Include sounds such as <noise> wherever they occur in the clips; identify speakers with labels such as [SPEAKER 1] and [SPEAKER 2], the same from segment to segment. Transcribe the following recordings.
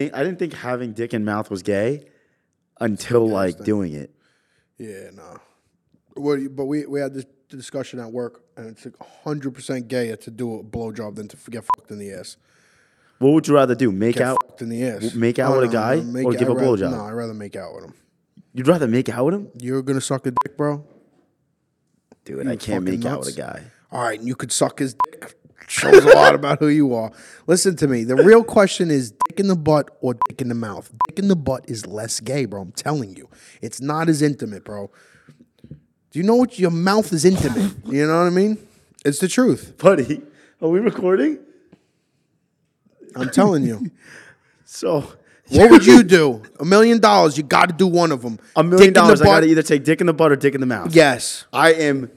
[SPEAKER 1] I didn't think having dick in mouth was gay until like doing it.
[SPEAKER 2] Yeah, no. What do you- But we, we had this discussion at work, and it's like 100% gayer to do a blowjob than to f- get fucked in the ass.
[SPEAKER 1] What would you rather do? Make
[SPEAKER 2] Get
[SPEAKER 1] out?
[SPEAKER 2] fucked in the ass.
[SPEAKER 1] make out with a guy
[SPEAKER 2] make
[SPEAKER 1] or
[SPEAKER 2] out-
[SPEAKER 1] give a
[SPEAKER 2] I'd rather-
[SPEAKER 1] blowjob?
[SPEAKER 2] No, I'd rather make out with him.
[SPEAKER 1] You'd rather make out with him,
[SPEAKER 2] You're going to suck a dick, bro?
[SPEAKER 1] dude? I can't
[SPEAKER 2] fucking
[SPEAKER 1] make out with a
[SPEAKER 2] nuts.
[SPEAKER 1] guy. <laughs>
[SPEAKER 2] All right, and you could suck his dick. <laughs> Shows a lot about who you are. Listen to me. The real question is dick in the butt or dick in the mouth. Dick in the butt is less gay, bro. I'm telling you. It's not as intimate, bro. Do you know what your mouth is intimate? you know what I mean? It's the truth.
[SPEAKER 1] Buddy, are we recording?
[SPEAKER 2] I'm telling
[SPEAKER 1] <laughs>
[SPEAKER 2] you.
[SPEAKER 1] So
[SPEAKER 2] What would you do? A million dollars, you got to do one of them.
[SPEAKER 1] a
[SPEAKER 2] Dick
[SPEAKER 1] million
[SPEAKER 2] in the
[SPEAKER 1] dollars, I
[SPEAKER 2] butt-
[SPEAKER 1] gotta either take dick in the butt or dick in the mouth.
[SPEAKER 2] Yes,
[SPEAKER 1] I am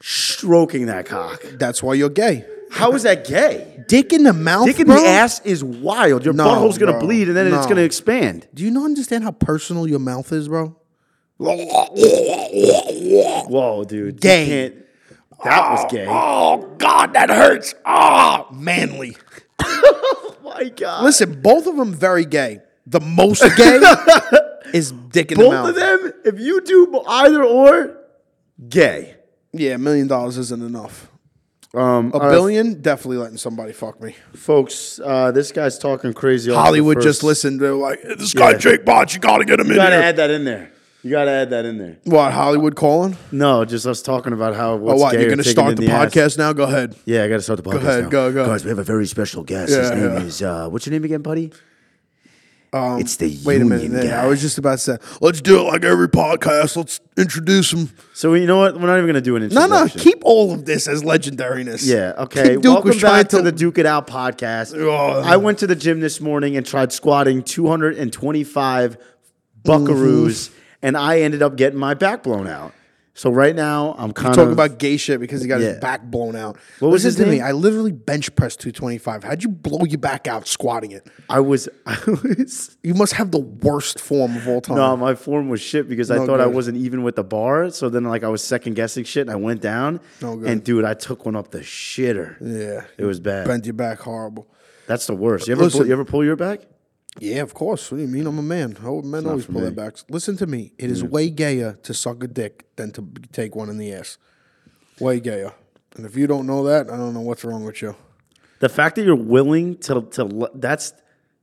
[SPEAKER 1] stroking that cock.
[SPEAKER 2] that's why you're gay.
[SPEAKER 1] How is that gay?
[SPEAKER 2] Dick in the mouth,
[SPEAKER 1] Dick in
[SPEAKER 2] bro?
[SPEAKER 1] the ass is wild. Your
[SPEAKER 2] <laughs> No,
[SPEAKER 1] butthole's gonna
[SPEAKER 2] bro.
[SPEAKER 1] bleed and then it's
[SPEAKER 2] No.
[SPEAKER 1] gonna expand.
[SPEAKER 2] Do you not understand how personal your mouth is, bro?
[SPEAKER 1] Whoa, dude. you
[SPEAKER 2] Gay.
[SPEAKER 1] can't- That was gay.
[SPEAKER 2] Oh God, that hurts. Oh, manly.
[SPEAKER 1] my god.
[SPEAKER 2] Listen, both of them very gay. The most
[SPEAKER 1] <laughs>
[SPEAKER 2] gay is dick in the
[SPEAKER 1] Both
[SPEAKER 2] mouth.
[SPEAKER 1] of them, if you do either or, gay.
[SPEAKER 2] Yeah, a million dollars isn't enough.
[SPEAKER 1] Um,
[SPEAKER 2] A billion, definitely letting somebody fuck me.
[SPEAKER 1] folks, uh, this guy's talking crazy. off the
[SPEAKER 2] Hollywood just
[SPEAKER 1] first-
[SPEAKER 2] listened. They're like, this guy
[SPEAKER 1] Yeah.
[SPEAKER 2] Jake Botch, you gotta get him in
[SPEAKER 1] You gotta
[SPEAKER 2] here.
[SPEAKER 1] add that in there. You gotta add that in there.
[SPEAKER 2] what Hollywood calling?
[SPEAKER 1] No, just us talking about how
[SPEAKER 2] Oh,
[SPEAKER 1] what's
[SPEAKER 2] what?
[SPEAKER 1] gay
[SPEAKER 2] You're
[SPEAKER 1] or
[SPEAKER 2] gonna
[SPEAKER 1] taken
[SPEAKER 2] start
[SPEAKER 1] in
[SPEAKER 2] the,
[SPEAKER 1] ass.
[SPEAKER 2] podcast now? Go ahead.
[SPEAKER 1] Yeah, I got to start the podcast.
[SPEAKER 2] ahead,
[SPEAKER 1] now.
[SPEAKER 2] go, go.
[SPEAKER 1] Guys, we have a very special guest. His
[SPEAKER 2] Yeah,
[SPEAKER 1] name
[SPEAKER 2] yeah.
[SPEAKER 1] is uh, what's your name again, buddy? Um, it's the
[SPEAKER 2] Wait a
[SPEAKER 1] union
[SPEAKER 2] minute.
[SPEAKER 1] guy.
[SPEAKER 2] I was just about to say, let's do it like every podcast. Let's introduce him.
[SPEAKER 1] so you know what? We're not even gonna do an
[SPEAKER 2] No,
[SPEAKER 1] introduction.
[SPEAKER 2] no, keep all of this as legendariness.
[SPEAKER 1] Yeah. Okay.
[SPEAKER 2] <laughs> Duke
[SPEAKER 1] Welcome
[SPEAKER 2] was trying
[SPEAKER 1] back to,
[SPEAKER 2] to-
[SPEAKER 1] the Duke It Out podcast.
[SPEAKER 2] Oh.
[SPEAKER 1] I went to the gym this morning and tried squatting 225
[SPEAKER 2] Mm-hmm.
[SPEAKER 1] buckaroos, and I ended up getting my back blown out. So right now I'm kind
[SPEAKER 2] Talk
[SPEAKER 1] of
[SPEAKER 2] about gay shit because he got
[SPEAKER 1] Yeah.
[SPEAKER 2] his back blown out.
[SPEAKER 1] What was
[SPEAKER 2] Listen
[SPEAKER 1] his
[SPEAKER 2] to me.
[SPEAKER 1] name?
[SPEAKER 2] I literally bench pressed 225. How'd you blow your back out squatting it?
[SPEAKER 1] I was <laughs> I was
[SPEAKER 2] You must have the worst form of all time.
[SPEAKER 1] no, my form was shit because I
[SPEAKER 2] Oh. No
[SPEAKER 1] thought I
[SPEAKER 2] good.
[SPEAKER 1] wasn't even with the bar. So then like I was second guessing shit, and I went down.
[SPEAKER 2] No good.
[SPEAKER 1] and dude, I took one up the shitter.
[SPEAKER 2] yeah.
[SPEAKER 1] It was bad.
[SPEAKER 2] Bent your back horrible.
[SPEAKER 1] That's the worst. You ever pull,
[SPEAKER 2] Listen.
[SPEAKER 1] you ever pull your back?
[SPEAKER 2] Yeah, of course. What do you mean? I'm a man. How men always
[SPEAKER 1] for
[SPEAKER 2] pull their
[SPEAKER 1] me.
[SPEAKER 2] backs. Listen to me. It is way gayer to suck a dick than to b- take one in the ass. Way gayer. And if you don't know that, I don't know what's wrong with you.
[SPEAKER 1] The fact that you're willing to to le- that's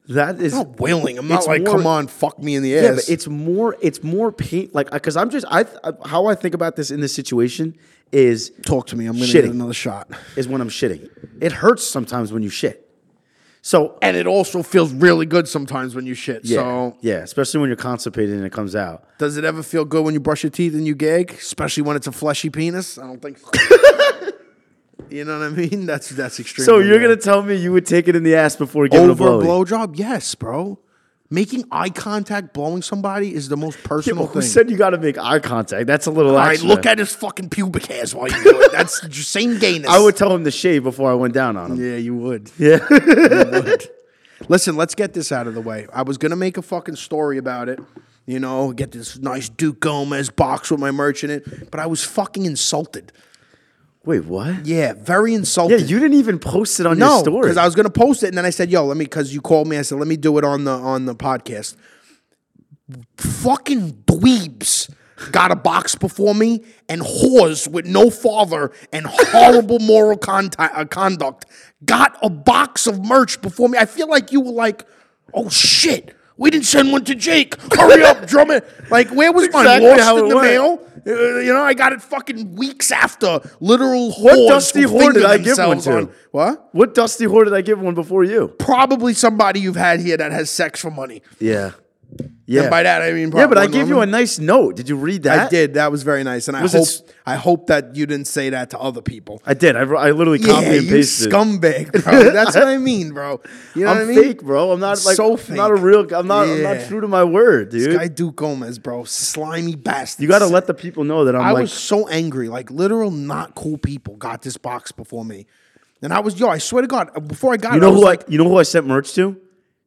[SPEAKER 1] that is
[SPEAKER 2] I'm not willing. I'm not
[SPEAKER 1] It's
[SPEAKER 2] like,
[SPEAKER 1] more-
[SPEAKER 2] come on, fuck me in the ass.
[SPEAKER 1] Yeah, but it's more it's more pain like because I'm just I th- uh, how I think about this in this situation is
[SPEAKER 2] Talk to me. I'm going to
[SPEAKER 1] Shitty.
[SPEAKER 2] get another shot.
[SPEAKER 1] is when I'm shitting. It hurts sometimes when you shit. So
[SPEAKER 2] And it also feels really good sometimes when you shit.
[SPEAKER 1] yeah,
[SPEAKER 2] So
[SPEAKER 1] yeah, especially when you're constipated and it comes out.
[SPEAKER 2] Does it ever feel good when you brush your teeth and you gag, especially when it's a fleshy penis? I don't think so. <laughs> you know what I mean? That's that's extreme.
[SPEAKER 1] So you're gonna tell me you would take it in the ass before giving
[SPEAKER 2] over
[SPEAKER 1] a
[SPEAKER 2] a
[SPEAKER 1] blow?
[SPEAKER 2] blowjob? Yes, bro. Making eye contact, blowing somebody is the most personal
[SPEAKER 1] Who
[SPEAKER 2] thing.
[SPEAKER 1] said you got to make eye contact? That's a little.
[SPEAKER 2] All right,
[SPEAKER 1] extra.
[SPEAKER 2] look at his fucking pubic hairs while you do it. That's <laughs> the same gayness.
[SPEAKER 1] I would tell him to shave before I went down on him.
[SPEAKER 2] Yeah, you
[SPEAKER 1] <laughs>
[SPEAKER 2] would. Yeah. you would. Listen, let's get this out of the way. I was going to make a fucking story about it, you know, get this nice Duke Gomez box with my merch in it, but I was fucking insulted.
[SPEAKER 1] Wait, what?
[SPEAKER 2] Yeah, very
[SPEAKER 1] Yeah,
[SPEAKER 2] insulted.
[SPEAKER 1] you didn't even post it on your
[SPEAKER 2] no,
[SPEAKER 1] story.
[SPEAKER 2] because I was gonna post it, and then I said, "Yo, let me," because you called me. I said, "Let me do it on the on the podcast." Fucking dweebs got a box before me, and whores with no father and horrible <laughs> moral conti- uh, conduct got a box of merch before me. I feel like you were like, "Oh shit." We didn't send one to Jake.
[SPEAKER 1] <laughs>
[SPEAKER 2] Hurry up, drum it. Like, where was
[SPEAKER 1] Exactly
[SPEAKER 2] my lost
[SPEAKER 1] how
[SPEAKER 2] in
[SPEAKER 1] it
[SPEAKER 2] the
[SPEAKER 1] went.
[SPEAKER 2] mail? Uh, you know, I got it fucking weeks after. Literal whores.
[SPEAKER 1] dusty
[SPEAKER 2] who
[SPEAKER 1] whore did
[SPEAKER 2] fingered
[SPEAKER 1] I give one
[SPEAKER 2] themselves on-
[SPEAKER 1] to?
[SPEAKER 2] What?
[SPEAKER 1] what dusty whore did I give one before you?
[SPEAKER 2] probably somebody you've had here that has sex for money.
[SPEAKER 1] Yeah, yeah.
[SPEAKER 2] And by that I mean,
[SPEAKER 1] Yeah, but I
[SPEAKER 2] probably
[SPEAKER 1] gave you a
[SPEAKER 2] woman.
[SPEAKER 1] nice note. Did you read that?
[SPEAKER 2] I did. That was very nice, and I
[SPEAKER 1] Was it
[SPEAKER 2] hope
[SPEAKER 1] s-
[SPEAKER 2] I hope that you didn't say that to other people.
[SPEAKER 1] I did. I, wr- I literally copied
[SPEAKER 2] Yeah,
[SPEAKER 1] and
[SPEAKER 2] you
[SPEAKER 1] pasted.
[SPEAKER 2] scumbag,
[SPEAKER 1] <laughs>
[SPEAKER 2] bro. That's what I mean, bro. You know
[SPEAKER 1] I'm
[SPEAKER 2] what I mean?
[SPEAKER 1] fake, bro. I'm not like
[SPEAKER 2] So
[SPEAKER 1] I'm not a
[SPEAKER 2] fake.
[SPEAKER 1] real. I'm not. I'm not
[SPEAKER 2] Yeah.
[SPEAKER 1] true to my word, dude.
[SPEAKER 2] Guy Duke Gomez, bro, slimy bastard.
[SPEAKER 1] you got to let the people know that I'm
[SPEAKER 2] I
[SPEAKER 1] like.
[SPEAKER 2] was so angry, like literal not cool people got this box before me, and I was yo. I swear to God, uh, before I got
[SPEAKER 1] you
[SPEAKER 2] it, I
[SPEAKER 1] know
[SPEAKER 2] was
[SPEAKER 1] who
[SPEAKER 2] like,
[SPEAKER 1] I? You know who I sent merch to?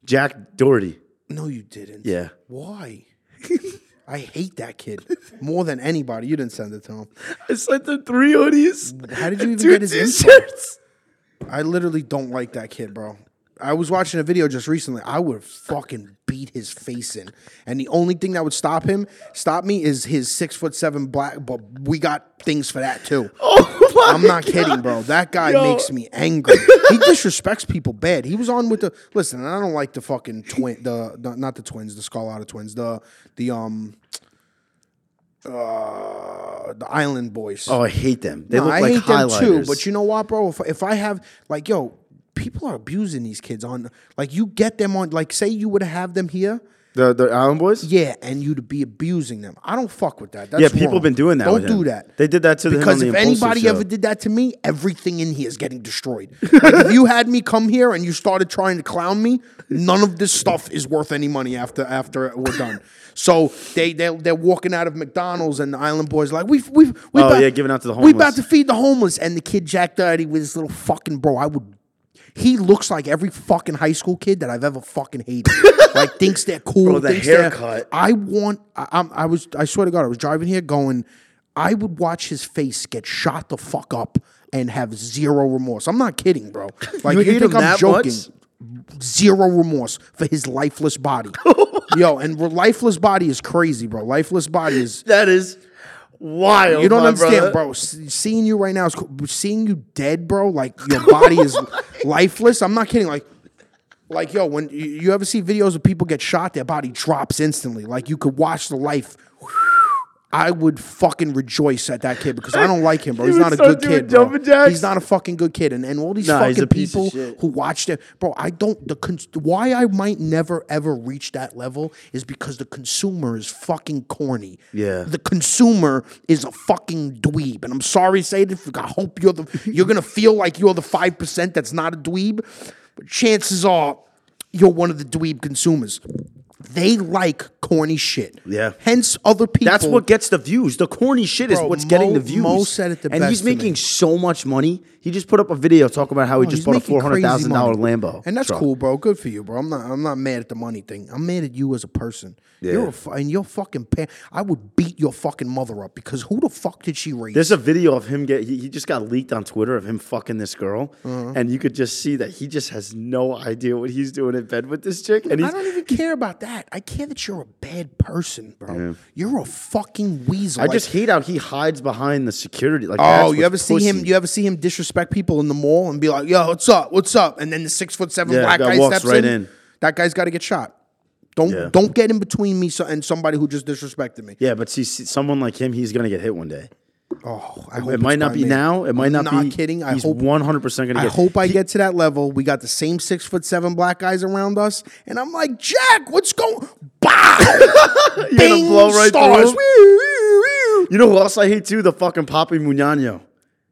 [SPEAKER 1] Jack Doherty.
[SPEAKER 2] no, you didn't.
[SPEAKER 1] Yeah.
[SPEAKER 2] Why? <laughs> I hate that kid more than anybody. You didn't send it to him.
[SPEAKER 1] I sent them three hoodies. <laughs>
[SPEAKER 2] How did you
[SPEAKER 1] and
[SPEAKER 2] even get his
[SPEAKER 1] t-shirts? <laughs>
[SPEAKER 2] I literally don't like that kid, bro. I was watching a video just recently. I would have fucking beat his face in, and the only thing that would stop him, stop me, is his six foot seven black. But we got things for that too.
[SPEAKER 1] <laughs> Oh my
[SPEAKER 2] I'm not
[SPEAKER 1] God.
[SPEAKER 2] kidding, bro. That guy
[SPEAKER 1] Yo.
[SPEAKER 2] makes me angry. he disrespects people bad. He was on with the listen. I don't like the fucking twin. The, the not the twins. The Scarlet twins. The the um. Uh, the Island Boys.
[SPEAKER 1] Oh, I hate them. They
[SPEAKER 2] No,
[SPEAKER 1] look
[SPEAKER 2] I
[SPEAKER 1] like
[SPEAKER 2] hate
[SPEAKER 1] highlighters.
[SPEAKER 2] them too. But you know what, bro? If, if I have like, yo, people are abusing these kids on. Like, you get them on. Like, say you would have them here,
[SPEAKER 1] the the Island Boys.
[SPEAKER 2] yeah, and you'd be abusing them. I don't fuck with that. That's
[SPEAKER 1] Yeah, people
[SPEAKER 2] wrong.
[SPEAKER 1] have been doing that.
[SPEAKER 2] Don't
[SPEAKER 1] with him.
[SPEAKER 2] do that.
[SPEAKER 1] They did that to him on
[SPEAKER 2] Because
[SPEAKER 1] the
[SPEAKER 2] if
[SPEAKER 1] Impulsive
[SPEAKER 2] anybody
[SPEAKER 1] show.
[SPEAKER 2] ever did that to me, everything in here is getting destroyed. Like, if you had me come here and you started trying to clown me, none of this stuff is worth any money after after we're done. So they they they're walking out of McDonald's and the Island Boys like we we we
[SPEAKER 1] Oh, yeah, giving out to the
[SPEAKER 2] We about
[SPEAKER 1] homeless.
[SPEAKER 2] to feed the homeless and the kid Jack Daddy with his little fucking bro. I would. He looks like every fucking high school kid that I've ever fucking
[SPEAKER 1] <laughs>
[SPEAKER 2] hated. like thinks they're cool.
[SPEAKER 1] Bro, the
[SPEAKER 2] thinks they're-
[SPEAKER 1] haircut.
[SPEAKER 2] I want. I, I'm, I was. I swear to God, I was driving here going. I would watch his face get shot the fuck up and have zero remorse. I'm not
[SPEAKER 1] <laughs>
[SPEAKER 2] kidding, bro. Like
[SPEAKER 1] You
[SPEAKER 2] you,
[SPEAKER 1] hate
[SPEAKER 2] think
[SPEAKER 1] him
[SPEAKER 2] I'm
[SPEAKER 1] that
[SPEAKER 2] joking?
[SPEAKER 1] much?
[SPEAKER 2] Zero remorse for his
[SPEAKER 1] <laughs>
[SPEAKER 2] lifeless body. Yo, and re- lifeless body is crazy, bro. Lifeless body is.
[SPEAKER 1] that is wild.
[SPEAKER 2] You don't
[SPEAKER 1] my
[SPEAKER 2] understand,
[SPEAKER 1] brother.
[SPEAKER 2] bro. S- Seeing you right now is co- seeing you dead, bro. Like your body
[SPEAKER 1] <laughs>
[SPEAKER 2] is lifeless. I'm not kidding. Like, like yo, when you, you ever see videos of people get shot, their body drops instantly. Like you could watch the life. I would fucking rejoice at that kid because I don't like him, bro.
[SPEAKER 1] <laughs> He
[SPEAKER 2] He's
[SPEAKER 1] would
[SPEAKER 2] not a
[SPEAKER 1] start
[SPEAKER 2] good
[SPEAKER 1] doing
[SPEAKER 2] kid. Bro.
[SPEAKER 1] jumping jacks.
[SPEAKER 2] He's not a fucking good kid, and and all these
[SPEAKER 1] Nah, he's
[SPEAKER 2] fucking
[SPEAKER 1] a piece of
[SPEAKER 2] people
[SPEAKER 1] shit.
[SPEAKER 2] who watched it, bro. I don't the cons- why I might never ever reach that level is because the consumer is fucking corny.
[SPEAKER 1] Yeah.
[SPEAKER 2] the consumer is a fucking dweeb, and I'm sorry to say this. but I hope you're the you're gonna feel like you're the five percent that's not a dweeb, but chances are you're one of the dweeb consumers. They like corny shit.
[SPEAKER 1] Yeah.
[SPEAKER 2] Hence, other people.
[SPEAKER 1] That's what gets the views. The corny shit is
[SPEAKER 2] Bro,
[SPEAKER 1] what's getting
[SPEAKER 2] Mo-
[SPEAKER 1] the views.
[SPEAKER 2] Mo said it the
[SPEAKER 1] and
[SPEAKER 2] best
[SPEAKER 1] he's
[SPEAKER 2] to me.
[SPEAKER 1] making so much money. He just put up a video talking about how he
[SPEAKER 2] Oh,
[SPEAKER 1] just
[SPEAKER 2] he's
[SPEAKER 1] bought a
[SPEAKER 2] making
[SPEAKER 1] four hundred thousand dollar
[SPEAKER 2] crazy money.
[SPEAKER 1] Lambo,
[SPEAKER 2] and that's
[SPEAKER 1] truck.
[SPEAKER 2] cool, bro. Good for you, bro. I'm not. I'm not mad at the money thing. I'm mad at you as a person. You're a fu- and your fucking parent. I would beat your fucking mother up because who the fuck did she raise?
[SPEAKER 1] There's a video of him get. He, he just got leaked on Twitter of him fucking this girl,
[SPEAKER 2] Uh-huh.
[SPEAKER 1] and you could just see that he just has no idea what he's doing in bed with this chick. And
[SPEAKER 2] I
[SPEAKER 1] he's
[SPEAKER 2] don't even care about that. I care that you're a bad person, bro. You're a fucking weasel.
[SPEAKER 1] I just hate how he hides behind the security. Like,
[SPEAKER 2] Oh,
[SPEAKER 1] that's
[SPEAKER 2] you
[SPEAKER 1] what's
[SPEAKER 2] ever see him?
[SPEAKER 1] pussy.
[SPEAKER 2] You ever see him disrespect people in the mall and be like, "Yo, what's up? What's up?" And then the six foot seven
[SPEAKER 1] Yeah,
[SPEAKER 2] black
[SPEAKER 1] that
[SPEAKER 2] guy
[SPEAKER 1] walks
[SPEAKER 2] steps
[SPEAKER 1] right
[SPEAKER 2] in.
[SPEAKER 1] in.
[SPEAKER 2] That guy's got to get shot. Don't
[SPEAKER 1] Yeah.
[SPEAKER 2] don't get in between me so, and somebody who just disrespected me.
[SPEAKER 1] yeah, but see, see, someone like him, he's gonna get hit one day.
[SPEAKER 2] Oh, I hope
[SPEAKER 1] It
[SPEAKER 2] it's
[SPEAKER 1] might not
[SPEAKER 2] by
[SPEAKER 1] be
[SPEAKER 2] me.
[SPEAKER 1] now. It might
[SPEAKER 2] I'm
[SPEAKER 1] not, be.
[SPEAKER 2] kidding. I
[SPEAKER 1] he's
[SPEAKER 2] hope.
[SPEAKER 1] one hundred percent gonna
[SPEAKER 2] I
[SPEAKER 1] get.
[SPEAKER 2] hope I get to that level. We got the same six foot seven black guys around us, and I'm like, Jack,
[SPEAKER 1] <laughs>
[SPEAKER 2] what's going? Bah! Bing,
[SPEAKER 1] blow right
[SPEAKER 2] stars.
[SPEAKER 1] through him? You know who else I hate too? The fucking Poppy Munano.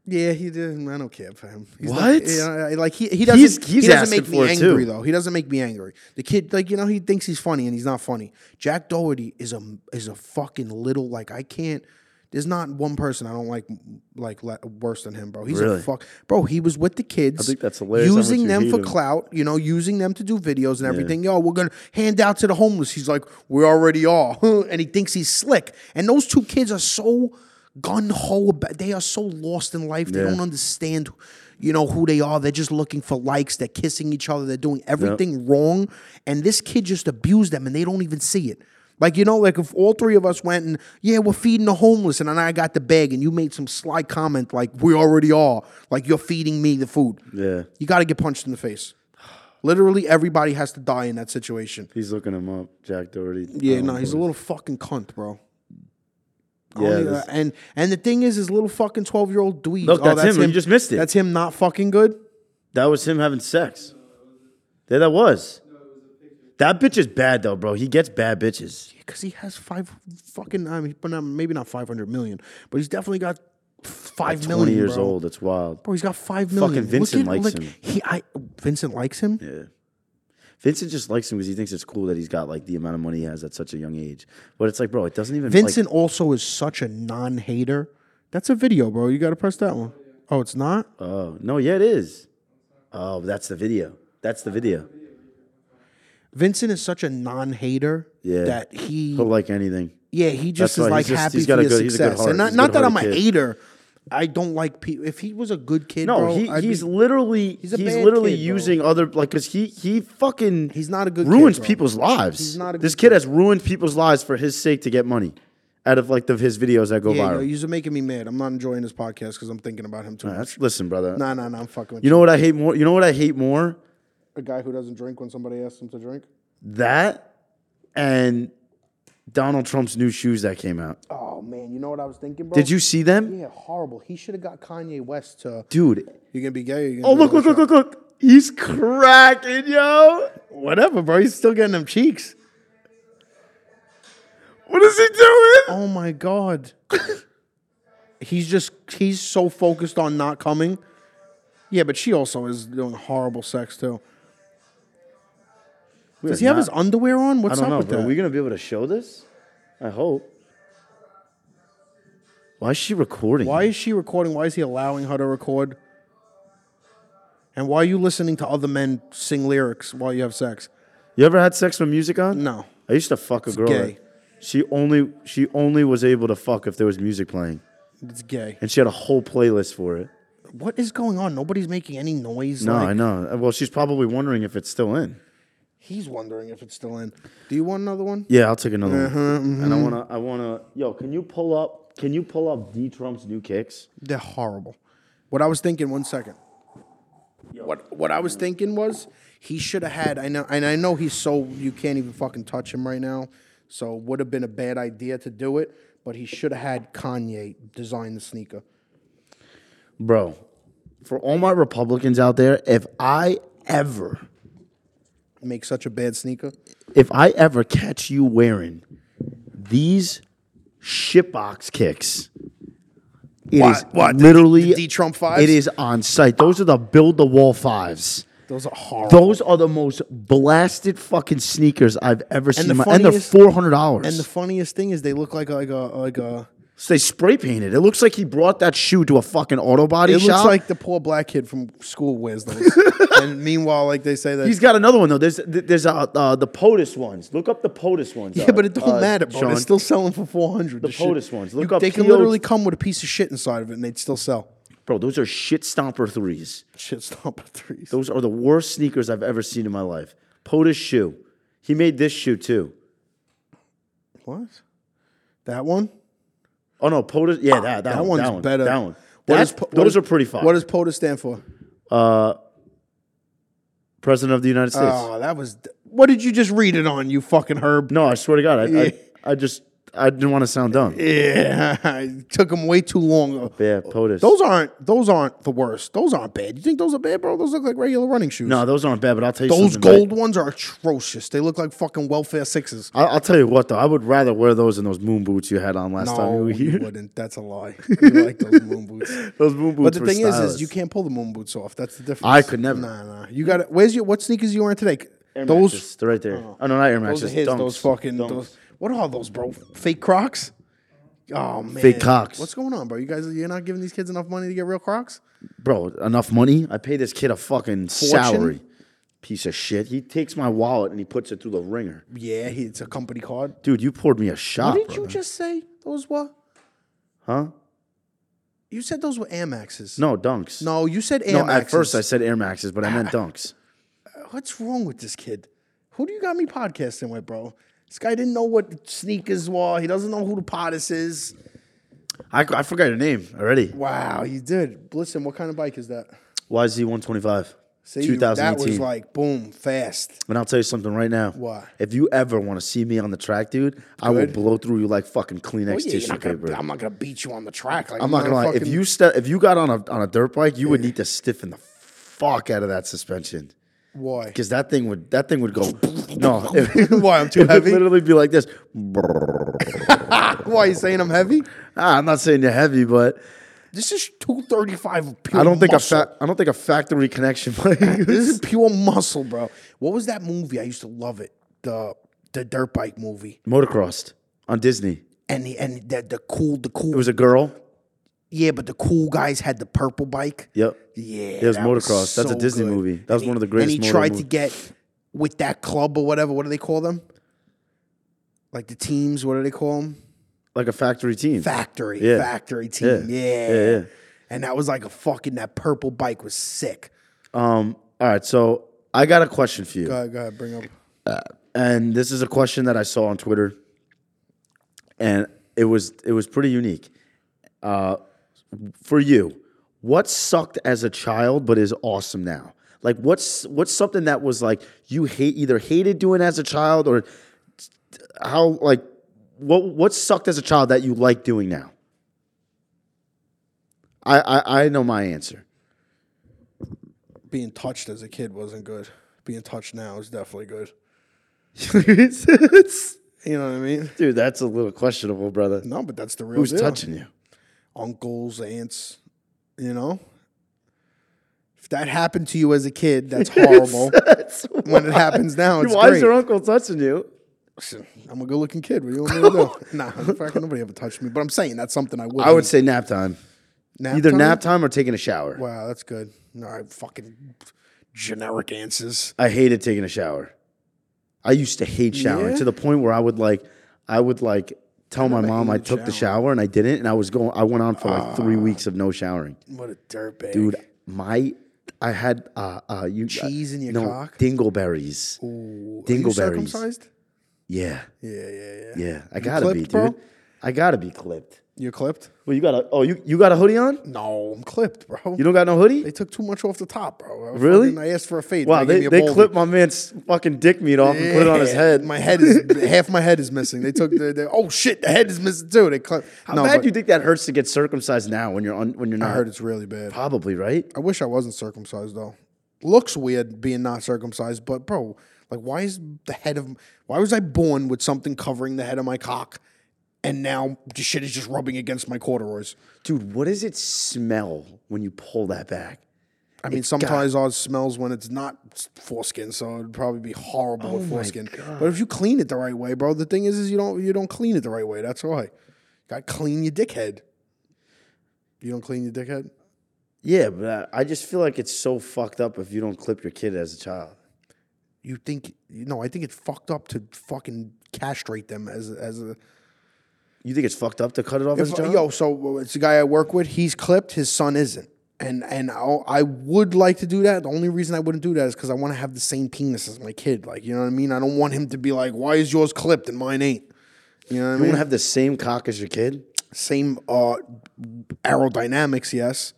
[SPEAKER 2] Yeah, he did. I don't care for him. He's
[SPEAKER 1] What?
[SPEAKER 2] Not, yeah, like he he doesn't
[SPEAKER 1] He's- he's
[SPEAKER 2] he doesn't
[SPEAKER 1] asking
[SPEAKER 2] make me
[SPEAKER 1] for it,
[SPEAKER 2] angry
[SPEAKER 1] too.
[SPEAKER 2] though. He doesn't make me angry. The kid, like you know, he thinks he's funny and he's not funny. Jack Doherty is a is a fucking little like I can't. There's not one person I don't like like le- worse than him, bro. He's
[SPEAKER 1] Really?
[SPEAKER 2] a fuck, bro. He was with the kids. I
[SPEAKER 1] think that's hilarious how much
[SPEAKER 2] Using
[SPEAKER 1] you
[SPEAKER 2] them
[SPEAKER 1] hate
[SPEAKER 2] for
[SPEAKER 1] him.
[SPEAKER 2] clout, you know, using them to do videos and everything. Yo, we're gonna hand out to the homeless. He's like, we already are, <laughs> and he thinks he's slick. And those two kids are so gun ho about. They are so lost in life. They
[SPEAKER 1] Yeah.
[SPEAKER 2] don't understand, you know, who they are. They're just looking for likes. They're kissing each other. They're doing everything wrong. And this kid just abused them, and they don't even see it. Like you know, like if all three of us went and yeah, we're feeding the homeless, and then I got the bag, and you made some sly comment like we already are, like you're feeding me the food.
[SPEAKER 1] Yeah.
[SPEAKER 2] You got to get punched in the face. Literally, everybody has to die in that situation.
[SPEAKER 1] He's looking him up, Jack Doherty. Um,
[SPEAKER 2] Yeah, no, he's a little fucking cunt, bro. I
[SPEAKER 1] Yeah,
[SPEAKER 2] don't even-
[SPEAKER 1] this-
[SPEAKER 2] and and the thing is, his little fucking twelve year old dweeb.
[SPEAKER 1] Look, that's him. You just missed it.
[SPEAKER 2] That's him not fucking good.
[SPEAKER 1] That was him having sex. There that was. That bitch is bad though, bro. He gets bad bitches.
[SPEAKER 2] because he has five fucking. I mean, but not, maybe not five hundred million, but he's definitely got five million.
[SPEAKER 1] Twenty years
[SPEAKER 2] bro.
[SPEAKER 1] old. It's wild.
[SPEAKER 2] Bro, he's got five million. Look
[SPEAKER 1] Vincent
[SPEAKER 2] at-
[SPEAKER 1] likes
[SPEAKER 2] look,
[SPEAKER 1] him.
[SPEAKER 2] He, I, Vincent likes him.
[SPEAKER 1] Yeah. Vincent just likes him because he thinks it's cool that he's got like the amount of money he has at such a young age. But it's like, bro, it doesn't even. like-
[SPEAKER 2] Vincent also is such a non-hater. That's a video, bro. You got to press that one. Oh, it's not.
[SPEAKER 1] oh no, yeah, it is. Oh, that's the video. That's the video.
[SPEAKER 2] Vincent is such a non-hater
[SPEAKER 1] Yeah.
[SPEAKER 2] that he
[SPEAKER 1] He'll like anything.
[SPEAKER 2] Yeah, he just
[SPEAKER 1] That's why
[SPEAKER 2] is
[SPEAKER 1] he's
[SPEAKER 2] like
[SPEAKER 1] just-
[SPEAKER 2] happy
[SPEAKER 1] he's got
[SPEAKER 2] for
[SPEAKER 1] a
[SPEAKER 2] your
[SPEAKER 1] good- he's a good
[SPEAKER 2] success.
[SPEAKER 1] heart.
[SPEAKER 2] And not,
[SPEAKER 1] He's a
[SPEAKER 2] not that I'm a
[SPEAKER 1] good-hearted kid.
[SPEAKER 2] hater. I don't like people. If he was a good kid,
[SPEAKER 1] No,
[SPEAKER 2] bro,
[SPEAKER 1] he,
[SPEAKER 2] I'd
[SPEAKER 1] he's
[SPEAKER 2] be-
[SPEAKER 1] literally he's,
[SPEAKER 2] he's a bad
[SPEAKER 1] literally
[SPEAKER 2] kid, bro.
[SPEAKER 1] using other like because he he fucking
[SPEAKER 2] He's not a good kid,
[SPEAKER 1] ruins
[SPEAKER 2] bro.
[SPEAKER 1] people's lives.
[SPEAKER 2] He's not a
[SPEAKER 1] this
[SPEAKER 2] good
[SPEAKER 1] kid has ruined people's lives for his sake to get money out of like the, his videos that go
[SPEAKER 2] yeah, no,
[SPEAKER 1] viral.
[SPEAKER 2] you're making me mad. I'm not enjoying this podcast because I'm thinking about him too much.
[SPEAKER 1] That's, listen, brother.
[SPEAKER 2] Nah, nah, nah. I'm fucking with
[SPEAKER 1] You know what I hate more? You know what I hate more?
[SPEAKER 2] a guy who doesn't drink when somebody asks him to drink.
[SPEAKER 1] That and Donald Trump's new shoes that came out.
[SPEAKER 2] Oh man, you know what I was thinking, bro?
[SPEAKER 1] Did you see them,
[SPEAKER 2] Yeah, horrible. He should have got Kanye West to.
[SPEAKER 1] dude?
[SPEAKER 2] You're gonna be gay. You're
[SPEAKER 1] Oh
[SPEAKER 2] gonna do
[SPEAKER 1] look, look,
[SPEAKER 2] another
[SPEAKER 1] look, look, look! He's cracking, yo.
[SPEAKER 2] Whatever, bro. He's still getting them cheeks.
[SPEAKER 1] What is he doing?
[SPEAKER 2] Oh my god. he's just he's so focused on not coming. Yeah, but she also is doing horrible sex too. Does he have his underwear on?
[SPEAKER 1] I
[SPEAKER 2] What's
[SPEAKER 1] don't
[SPEAKER 2] up
[SPEAKER 1] know.
[SPEAKER 2] with
[SPEAKER 1] Bro. Are
[SPEAKER 2] that?
[SPEAKER 1] we gonna be able to show this? I hope. Why is she recording?
[SPEAKER 2] why is she recording? Why is he allowing her to record? And why are you listening to other men sing lyrics while you have sex?
[SPEAKER 1] You ever had sex with music on?
[SPEAKER 2] No.
[SPEAKER 1] I used to fuck a girl.
[SPEAKER 2] gay.
[SPEAKER 1] that- She only she only was able to fuck if there was music playing,
[SPEAKER 2] It's gay.
[SPEAKER 1] and she had a whole playlist for it.
[SPEAKER 2] What is going on? Nobody's making any noise.
[SPEAKER 1] No,
[SPEAKER 2] like,
[SPEAKER 1] I know. Well, she's probably wondering if it's still in.
[SPEAKER 2] He's wondering if it's still in. Do you want another one?
[SPEAKER 1] Yeah, I'll take another one. And I wanna, I wanna, yo, can you pull up? Can you pull up D Trump's new kicks?
[SPEAKER 2] They're horrible. What I was thinking, one second. What what I was thinking was he should have had. I know, and I know he's so you can't even fucking touch him right now. So would have been a bad idea to do it. But he should have had Kanye design the sneaker.
[SPEAKER 1] Bro, for all my Republicans out there, if I ever,
[SPEAKER 2] Make such a bad sneaker.
[SPEAKER 1] if I ever catch you wearing these shitbox kicks, it is
[SPEAKER 2] What- what, the-
[SPEAKER 1] literally
[SPEAKER 2] the D Trump fives?
[SPEAKER 1] It is on site. Those are the build the wall fives.
[SPEAKER 2] Those are horrible.
[SPEAKER 1] Those are the most blasted fucking sneakers I've ever seen.
[SPEAKER 2] the
[SPEAKER 1] my- and they're
[SPEAKER 2] funniest-
[SPEAKER 1] four hundred dollars.
[SPEAKER 2] and the funniest thing is they look like a, like a like a.
[SPEAKER 1] So they spray painted. It looks like he brought that shoe to a fucking auto body
[SPEAKER 2] It
[SPEAKER 1] shop.
[SPEAKER 2] looks like the poor black kid from school wears those. <laughs> and meanwhile, like they say that
[SPEAKER 1] He's got another one though. There's there's uh, uh, the POTUS ones. Look up the POTUS ones. uh,
[SPEAKER 2] Yeah, but it don't matter, bro.
[SPEAKER 1] Sean.
[SPEAKER 2] They're still selling for four hundred. The
[SPEAKER 1] POTUS ones. Look up
[SPEAKER 2] they can
[SPEAKER 1] PO
[SPEAKER 2] literally come with a piece of shit inside of it, and they'd still sell.
[SPEAKER 1] Bro, those are shit stomper threes.
[SPEAKER 2] Shit, stop at threes.
[SPEAKER 1] Those are the worst sneakers I've ever seen in my life. POTUS shoe. He made this shoe too.
[SPEAKER 2] What? That one?
[SPEAKER 1] Oh no, POTUS. Yeah, that that,
[SPEAKER 2] That
[SPEAKER 1] one,
[SPEAKER 2] one's
[SPEAKER 1] that one,
[SPEAKER 2] better.
[SPEAKER 1] That one.
[SPEAKER 2] What
[SPEAKER 1] That's,
[SPEAKER 2] is po- what
[SPEAKER 1] those
[SPEAKER 2] is-
[SPEAKER 1] are pretty fun.
[SPEAKER 2] What does POTA stand for?
[SPEAKER 1] President of the United States.
[SPEAKER 2] Oh, that was. d- What did you just read it on? You fucking herb. <laughs>
[SPEAKER 1] no, I swear to God, I, I, I just I didn't want to sound dumb.
[SPEAKER 2] Yeah, it took them way too long.
[SPEAKER 1] Yeah, POTUS.
[SPEAKER 2] Those aren't. Those aren't the worst. Those aren't bad. You think those are bad, bro? Those look like regular running shoes.
[SPEAKER 1] no, those aren't bad. But I'll tell you
[SPEAKER 2] Those
[SPEAKER 1] something. right?
[SPEAKER 2] gold ones are atrocious. They look like fucking welfare sixes.
[SPEAKER 1] I- I'll tell you what though, I would rather wear those than those moon boots you had on last time you
[SPEAKER 2] No,
[SPEAKER 1] were <laughs>
[SPEAKER 2] you <laughs>
[SPEAKER 1] here.
[SPEAKER 2] wouldn't. That's a lie. You like
[SPEAKER 1] <laughs>
[SPEAKER 2] those moon boots.
[SPEAKER 1] those moon boots.
[SPEAKER 2] But the
[SPEAKER 1] were
[SPEAKER 2] thing is,
[SPEAKER 1] stylish.
[SPEAKER 2] is you can't pull the moon boots off. That's the difference.
[SPEAKER 1] I could never.
[SPEAKER 2] Nah, nah. You got to Where's your what sneakers you wearing today?
[SPEAKER 1] Air
[SPEAKER 2] those,
[SPEAKER 1] Maxes, they're right there. Oh, no, not Air Maxes.
[SPEAKER 2] those are his.
[SPEAKER 1] Dunks.
[SPEAKER 2] Those fucking.
[SPEAKER 1] Dunks.
[SPEAKER 2] Those, what are those, bro? Fake Crocs. Oh man,
[SPEAKER 1] Fake Crocs.
[SPEAKER 2] What's going on, bro? You guys, you're not giving these kids enough money to get real Crocs.
[SPEAKER 1] bro. Enough money. I pay this kid a fucking salary. Piece of shit. He takes my wallet and he puts it through the ringer.
[SPEAKER 2] Yeah, he- it's a company card.
[SPEAKER 1] Dude, you poured me a shot,
[SPEAKER 2] What did
[SPEAKER 1] brother.
[SPEAKER 2] you just say? Those were.
[SPEAKER 1] huh?
[SPEAKER 2] You said those were Air Maxes.
[SPEAKER 1] No dunks.
[SPEAKER 2] No, you said Air
[SPEAKER 1] No,
[SPEAKER 2] Maxes.
[SPEAKER 1] at first I said Air Maxes, but I
[SPEAKER 2] <laughs>
[SPEAKER 1] meant dunks.
[SPEAKER 2] What's wrong with this kid? Who do you got me podcasting with, bro? This guy didn't know what sneakers were. He doesn't know who the potus is.
[SPEAKER 1] I, I forgot your name already.
[SPEAKER 2] Wow, you did. Listen, what kind of bike is that?
[SPEAKER 1] YZ one twenty five.
[SPEAKER 2] See, you-
[SPEAKER 1] Two thousand
[SPEAKER 2] That was
[SPEAKER 1] eighteen.
[SPEAKER 2] like boom, fast.
[SPEAKER 1] And I'll tell you something right now.
[SPEAKER 2] Why?
[SPEAKER 1] If you ever want to see me on the track, dude, I will blow through you like fucking Kleenex
[SPEAKER 2] Oh, Yeah, you're
[SPEAKER 1] tissue
[SPEAKER 2] not
[SPEAKER 1] paper.
[SPEAKER 2] gonna, I'm not gonna beat you on the track. Like,
[SPEAKER 1] I'm not gonna lie. If you ste- if you got on a on a dirt bike, you would need to stiffen the fuck out of that suspension
[SPEAKER 2] why? <laughs>
[SPEAKER 1] because that thing would that thing would go. <laughs> no, it,
[SPEAKER 2] Why, I'm
[SPEAKER 1] <laughs>
[SPEAKER 2] too
[SPEAKER 1] it would
[SPEAKER 2] heavy?
[SPEAKER 1] literally be like this. <laughs>
[SPEAKER 2] Why you saying I'm heavy?
[SPEAKER 1] Ah, I'm not saying you're heavy, but
[SPEAKER 2] This is 235. Pure
[SPEAKER 1] I don't think
[SPEAKER 2] muscle.
[SPEAKER 1] a fa- <laughs> I don't think a factory connection. <laughs>
[SPEAKER 2] This is pure muscle, bro. What was that movie? I used to love it. The the dirt bike movie
[SPEAKER 1] Motocrossed on Disney.
[SPEAKER 2] and the and the, the cool the cool
[SPEAKER 1] It was a girl.
[SPEAKER 2] yeah, but the cool guys had the purple bike.
[SPEAKER 1] Yep.
[SPEAKER 2] Yeah,
[SPEAKER 1] There's
[SPEAKER 2] that was
[SPEAKER 1] motocross. That's a
[SPEAKER 2] so
[SPEAKER 1] Disney
[SPEAKER 2] good.
[SPEAKER 1] movie. That was
[SPEAKER 2] And
[SPEAKER 1] one of the
[SPEAKER 2] he-
[SPEAKER 1] greatest.
[SPEAKER 2] And he
[SPEAKER 1] moto
[SPEAKER 2] tried to
[SPEAKER 1] movies.
[SPEAKER 2] get with that club or whatever. What do they call them? Like the teams. What do they call them?
[SPEAKER 1] like a factory team.
[SPEAKER 2] factory,
[SPEAKER 1] Yeah.
[SPEAKER 2] factory team.
[SPEAKER 1] Yeah.
[SPEAKER 2] Yeah.
[SPEAKER 1] Yeah, yeah.
[SPEAKER 2] And that was like a fucking that purple bike was sick.
[SPEAKER 1] um, all right, so I got a question for you.
[SPEAKER 2] Go ahead, go ahead, bring up.
[SPEAKER 1] and this is a question that I saw on Twitter, and it was it was pretty unique. Uh, for you, what sucked as a child but is awesome now? Like what's what's something that was like you hate either hated doing as a child or how like what what sucked as a child that you like doing now? I I, I know my answer.
[SPEAKER 2] Being touched as a kid wasn't good. Being touched now is definitely good. You know what I mean?
[SPEAKER 1] Dude, that's a little questionable, brother.
[SPEAKER 2] No, but that's the real
[SPEAKER 1] Who's
[SPEAKER 2] deal.
[SPEAKER 1] touching you?
[SPEAKER 2] Uncles, aunts, you know? If that happened to you as a
[SPEAKER 1] <laughs>
[SPEAKER 2] kid, that's horrible.
[SPEAKER 1] That's
[SPEAKER 2] when
[SPEAKER 1] <laughs>
[SPEAKER 2] it happens now, it's
[SPEAKER 1] Why
[SPEAKER 2] great.
[SPEAKER 1] is your uncle touching you?
[SPEAKER 2] Listen, I'm a good-looking kid. What do you want
[SPEAKER 1] <laughs>
[SPEAKER 2] me to do? nah, fucking nobody ever touched me. But I'm saying that's something I would.
[SPEAKER 1] I would say nap time.
[SPEAKER 2] nap
[SPEAKER 1] Either
[SPEAKER 2] time?
[SPEAKER 1] nap time or taking a shower.
[SPEAKER 2] Wow, that's good. All right, fucking generic answers.
[SPEAKER 1] I hated taking a shower. I used to hate showering
[SPEAKER 2] Yeah?
[SPEAKER 1] to the point where I would like, I would like tell my mom I
[SPEAKER 2] hated
[SPEAKER 1] took the shower and I didn't, and I was going. I went on for like three
[SPEAKER 2] Ah.
[SPEAKER 1] weeks of no showering,
[SPEAKER 2] What a dirtbag,
[SPEAKER 1] dude. My, I had uh uh you
[SPEAKER 2] Cheese in your
[SPEAKER 1] no,
[SPEAKER 2] cock?
[SPEAKER 1] dingleberries.
[SPEAKER 2] Ooh, are you
[SPEAKER 1] dingleberries.
[SPEAKER 2] circumcised?
[SPEAKER 1] Yeah,
[SPEAKER 2] Yeah, yeah, yeah.
[SPEAKER 1] yeah. I gotta be, dude.
[SPEAKER 2] clipped, bro?
[SPEAKER 1] I gotta be clipped.
[SPEAKER 2] You're clipped?
[SPEAKER 1] Well, you got a oh you you got a hoodie on?
[SPEAKER 2] No, I'm clipped, bro.
[SPEAKER 1] You don't got no hoodie?
[SPEAKER 2] they took too much off the top, bro. I
[SPEAKER 1] Really?
[SPEAKER 2] fucking- I asked for a fade.
[SPEAKER 1] Wow,
[SPEAKER 2] gave
[SPEAKER 1] they,
[SPEAKER 2] me a
[SPEAKER 1] they
[SPEAKER 2] balding.
[SPEAKER 1] clipped my man's fucking dick meat off and put it on his
[SPEAKER 2] Yeah,
[SPEAKER 1] head.
[SPEAKER 2] My head is half my head is missing. They took the, the oh shit, the head is missing too. They clipped.
[SPEAKER 1] How
[SPEAKER 2] No,
[SPEAKER 1] bad
[SPEAKER 2] but
[SPEAKER 1] do you think that hurts to get circumcised now when you're on when you're not?
[SPEAKER 2] I heard it's really bad.
[SPEAKER 1] Probably right.
[SPEAKER 2] I wish I wasn't circumcised though. Looks weird being not circumcised, but bro, like why is the head of why was I born with something covering the head of my cock and now the shit is just rubbing against my corduroys?
[SPEAKER 1] Dude, what does it smell when you pull that back?
[SPEAKER 2] I mean, sometimes ours smells when it's not s- foreskin, so it'd probably be horrible with foreskin. But if you clean it the right way, bro, the thing is, is you don't you don't clean it the right way. That's why. got to clean your dickhead. You don't clean your dickhead.
[SPEAKER 1] Yeah, but uh, I, I just feel like it's so fucked up if you don't clip your kid as a child.
[SPEAKER 2] you think you know i think it's fucked up to fucking castrate them as a- as a
[SPEAKER 1] You think it's fucked up to cut it off as a child?
[SPEAKER 2] yo so it's a guy i work with he's clipped his son isn't and and I'll, i would like to do that the only reason i wouldn't do that is because i want to have the same penis as my kid like you know what i mean i don't want him to be like why is yours clipped and mine ain't you know what
[SPEAKER 1] you
[SPEAKER 2] i
[SPEAKER 1] want
[SPEAKER 2] mean
[SPEAKER 1] to have the same cock as your kid?
[SPEAKER 2] same uh aerodynamics
[SPEAKER 1] <laughs>
[SPEAKER 2] yes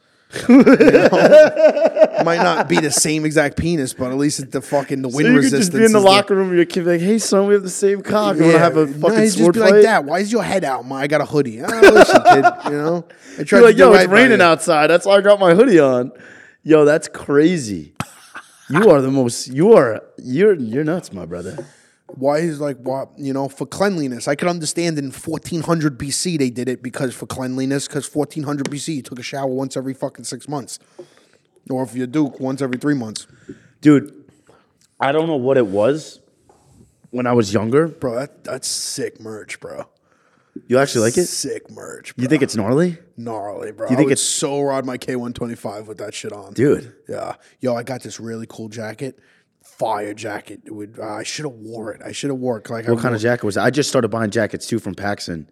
[SPEAKER 2] You know? might not be the same exact penis but at least it's the fucking the wind
[SPEAKER 1] you could
[SPEAKER 2] resistance
[SPEAKER 1] just be in the
[SPEAKER 2] is
[SPEAKER 1] locker room with your kid, like, "Hey, son, we have the same cock. You want to have a fucking
[SPEAKER 2] no, it'd
[SPEAKER 1] sword
[SPEAKER 2] just be
[SPEAKER 1] fight?"
[SPEAKER 2] like that. Why is your head out? Ma? I got a hoodie. Ah, listen, kid, you know,
[SPEAKER 1] <laughs>
[SPEAKER 2] I tried
[SPEAKER 1] You're like,
[SPEAKER 2] do
[SPEAKER 1] "Yo,
[SPEAKER 2] right
[SPEAKER 1] it's
[SPEAKER 2] by
[SPEAKER 1] raining
[SPEAKER 2] you."
[SPEAKER 1] outside. That's why I got my hoodie on." Yo, that's crazy. You are the most. You are. You're. You're nuts, my brother.
[SPEAKER 2] Why is like what you know for cleanliness? I could understand in 1400 BC they did it because for cleanliness, because 1400 BC you took a shower once every fucking six months, or if you're Duke once every three months,
[SPEAKER 1] dude i don't know what it was when i was younger
[SPEAKER 2] bro. That, that's sick merch, bro.
[SPEAKER 1] you actually like it
[SPEAKER 2] Sick merch. Bro.
[SPEAKER 1] you think it's gnarly
[SPEAKER 2] gnarly, bro.
[SPEAKER 1] think
[SPEAKER 2] I would
[SPEAKER 1] it's-
[SPEAKER 2] so rod my K125 with that shit on,
[SPEAKER 1] Dude.
[SPEAKER 2] Yeah, yo, I got this really cool jacket, fire jacket. It would uh, I should have wore it. I should have wore it. Like
[SPEAKER 1] what kind of jacket was it? i just started buying jackets too from paxson